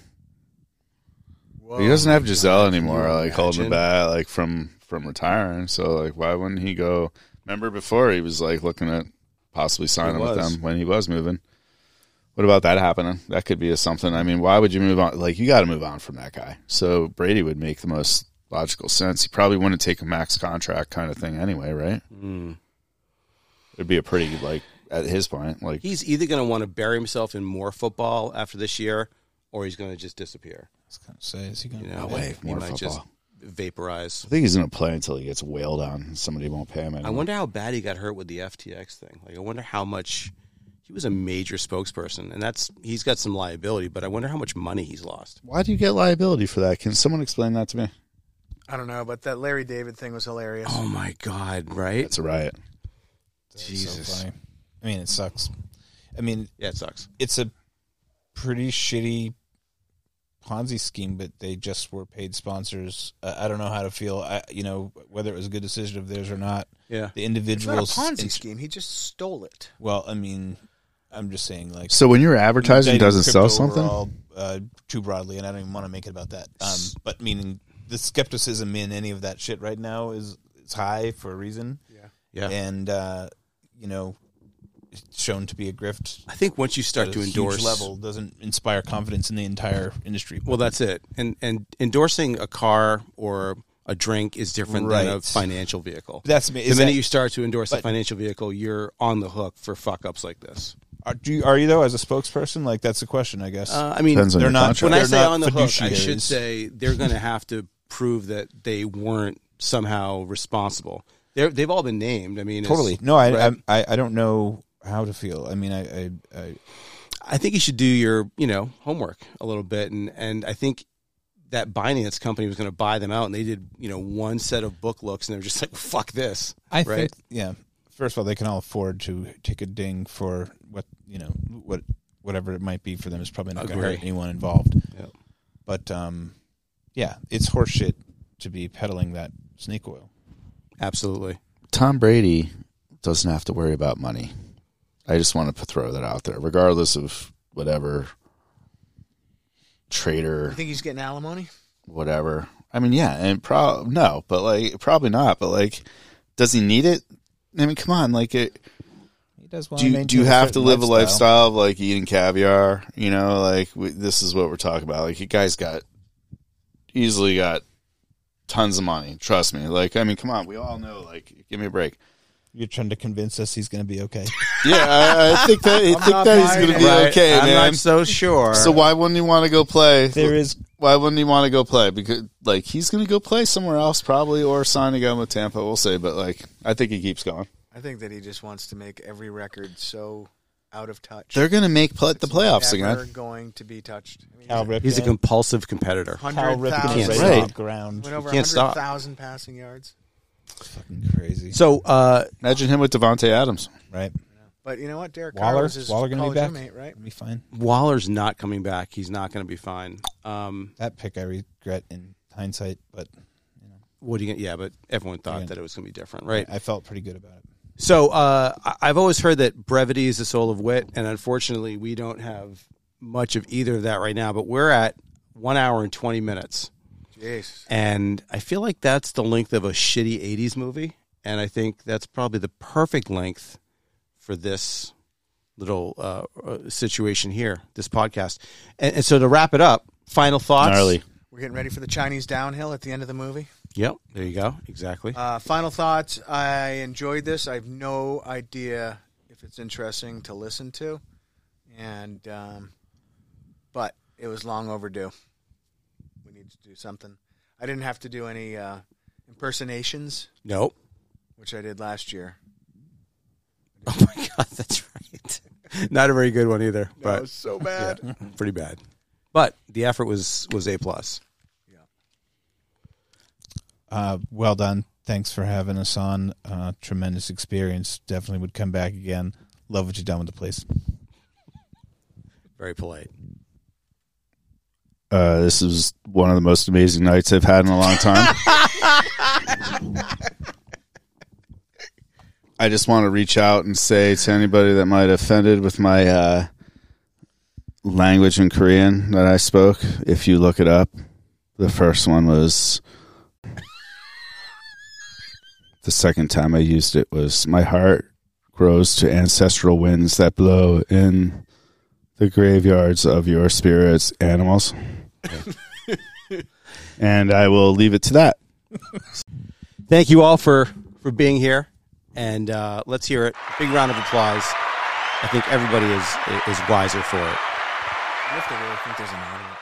Speaker 3: Whoa.
Speaker 2: he doesn't have Giselle anymore, like
Speaker 1: imagine?
Speaker 2: holding him back, like from from retiring. So like, why wouldn't he go? Remember before he was like looking at possibly signing with
Speaker 4: was.
Speaker 2: them when he was moving. What about that happening? That could be a something. I mean, why would you move on? Like, you got to move on from that guy. So Brady would make the most logical sense. He probably wouldn't take a max contract kind of thing anyway, right? It'd be a pretty like at his point, like
Speaker 1: He's either going to want to bury himself in more football after this year, or he's going to just disappear.
Speaker 4: I was gonna say, is he gonna
Speaker 1: You know,
Speaker 2: way,
Speaker 1: he
Speaker 2: more
Speaker 1: might just
Speaker 2: football.
Speaker 1: vaporize.
Speaker 2: I think he's gonna play until he gets wailed on. and Somebody won't pay him. Anymore.
Speaker 1: I wonder how bad he got hurt with the FTX thing. Like, I wonder how much he was a major spokesperson, and that's he's got some liability. But I wonder how much money he's lost.
Speaker 2: Why do you get liability for that? Can someone explain that to me?
Speaker 3: I don't know, but that Larry David thing was hilarious.
Speaker 1: Oh my God! Right?
Speaker 2: It's a riot.
Speaker 4: Jesus. I mean, it sucks. I mean,
Speaker 1: Yeah, it sucks.
Speaker 4: it's a pretty shitty Ponzi scheme, but they just were paid sponsors. Uh, I don't know how to feel. I, you know, whether it was a good decision of theirs or not.
Speaker 1: Yeah.
Speaker 3: it's not
Speaker 4: The
Speaker 3: a
Speaker 4: individuals.
Speaker 3: Ponzi
Speaker 4: int-
Speaker 3: scheme. He just stole it.
Speaker 4: well, I mean, I'm just saying, like,
Speaker 2: So when your advertising
Speaker 4: indicting
Speaker 2: doesn't
Speaker 4: crypto
Speaker 2: sell something,
Speaker 4: overall, uh, too broadly, and I don't even want to make it about that. Um, but meaning the skepticism in any of that shit right now is is high for a reason,
Speaker 1: Yeah.
Speaker 4: and uh, you know, it's shown to be a grift.
Speaker 1: I think once you start
Speaker 4: at
Speaker 1: to
Speaker 4: a
Speaker 1: endorse
Speaker 4: huge level doesn't inspire confidence in the entire industry.
Speaker 1: well, that's it. And and endorsing a car or a drink is different than a
Speaker 4: Right.
Speaker 1: financial vehicle.
Speaker 4: that's me.
Speaker 1: the
Speaker 4: Is
Speaker 1: minute
Speaker 4: that,
Speaker 1: you start to endorse a
Speaker 4: but-
Speaker 1: financial vehicle, you're on the hook for fuck ups like this.
Speaker 4: are, do you, are you though as a spokesperson? Like that's the question, I guess.
Speaker 1: Uh, I mean,
Speaker 2: Depends on
Speaker 4: they're
Speaker 2: your
Speaker 4: not-
Speaker 2: contract.
Speaker 1: when I
Speaker 4: They're
Speaker 1: say
Speaker 4: not
Speaker 1: on the hook, I
Speaker 4: fiduciaries.
Speaker 1: should say they're going to have to prove that they weren't somehow responsible. They're, they've all been named. I mean, it's-
Speaker 4: totally. No, I,
Speaker 1: Right.
Speaker 4: I I I don't know how to feel. I mean, I I, I
Speaker 1: I think you should do your, you know, homework a little bit, and and I think that Binance company was going to buy them out, and they did, you know, one set of book looks, and they were just like, "Fuck this."
Speaker 4: I
Speaker 1: Right.
Speaker 4: think yeah. First of all, they can all afford to take a ding for what you know what whatever it might be for them is probably not going to
Speaker 1: Agree.
Speaker 4: hurt anyone involved.
Speaker 1: Yep.
Speaker 4: But um, yeah, it's horseshit to be peddling that snake oil.
Speaker 1: Absolutely.
Speaker 2: Tom Brady doesn't have to worry about money. I just want to p- throw that out there, regardless of whatever
Speaker 3: You
Speaker 2: trader,
Speaker 3: think he's getting alimony?
Speaker 2: whatever. I mean, yeah, and pro no, but like probably not. But like, does he need it? I mean, come on, like it.
Speaker 4: He does
Speaker 2: do you, do you have to live a lifestyle of like eating caviar? You know, like we, this is what we're talking about. Like, you guys got easily got tons of money. Trust me. Like, I mean, come on. We all know. Like, give me a break.
Speaker 9: You're trying to convince us he's going to be okay.
Speaker 2: Yeah, I, I think that I think
Speaker 3: not
Speaker 2: that he's
Speaker 3: buying
Speaker 2: going to
Speaker 3: it.
Speaker 2: be okay,
Speaker 1: I'm
Speaker 2: man.
Speaker 1: not so sure.
Speaker 2: so why wouldn't he want to go play?
Speaker 9: There is
Speaker 2: Why wouldn't he want to go play? Because like he's going to go play somewhere else, probably, or sign again with Tampa. We'll see. But like, I think he keeps going.
Speaker 3: I think that he just wants to make every record so out of touch.
Speaker 2: They're going to make pl- the
Speaker 3: It's
Speaker 2: playoffs
Speaker 3: never
Speaker 2: again.
Speaker 3: going to be touched. I mean,
Speaker 9: Cal Ripken.
Speaker 1: He's a compulsive competitor.
Speaker 9: Cal
Speaker 3: 100,000
Speaker 9: Ripken is
Speaker 1: Can't
Speaker 9: right,
Speaker 1: stop.
Speaker 9: off ground.
Speaker 3: went over
Speaker 1: can't stop.
Speaker 3: 100,000 passing yards.
Speaker 9: Fucking crazy,
Speaker 1: So uh,
Speaker 2: Imagine him with Devonte Adams.
Speaker 9: right?
Speaker 3: But you know what? Derek Waller,
Speaker 9: Waller,
Speaker 3: Carr is his
Speaker 9: Waller going to
Speaker 3: college
Speaker 9: be back?
Speaker 3: roommate, right?
Speaker 9: Gonna Be fine.
Speaker 1: Waller's not coming back. He's not going to be fine. Um,
Speaker 9: That pick I regret in hindsight, but
Speaker 1: what do you? Yeah, but everyone thought
Speaker 9: Yeah.
Speaker 1: that it was going to be different, right?
Speaker 9: I felt pretty good about it.
Speaker 1: So uh, I- I've always heard that brevity is the soul of wit, and unfortunately, we don't have much of either of that right now. But we're at one hour and twenty minutes,
Speaker 3: Jeez.
Speaker 1: and I feel like that's the length of a shitty '80s movie, and I think that's probably the perfect length for this little uh, uh, situation here, this podcast. And, and so to wrap it up, final thoughts.
Speaker 2: Gnarly.
Speaker 3: We're getting ready for the Chinese downhill at the end of the movie.
Speaker 1: Yep. There you go. Exactly.
Speaker 3: Uh, final thoughts. I enjoyed this. I have no idea if it's interesting to listen to, and um, but it was long overdue. We need to do something. I didn't have to do any uh, impersonations,
Speaker 1: nope.
Speaker 3: which I did last year.
Speaker 1: Oh my god, that's right. Not a very good one either,
Speaker 3: That
Speaker 1: but
Speaker 3: was so bad.
Speaker 1: pretty bad. But the effort was was a plus.
Speaker 9: Uh, well done. Thanks for having us on. Uh, tremendous experience. Definitely would come back again. Love what you've done with the place.
Speaker 1: Very polite.
Speaker 2: Uh, this is one of the most amazing nights I've had in a long time. I just want to reach out and say to anybody that might have offended with my uh, language in Korean that I spoke, if you look it up, the first one was. The second time I used it was My heart grows to ancestral winds that blow in the graveyards of your spirits, animals. and I will leave it to that.
Speaker 1: Thank you all for for being here, and uh, let's hear it. Big round of applause. I think everybody is is wiser for it.
Speaker 3: You have to really think there's an audience.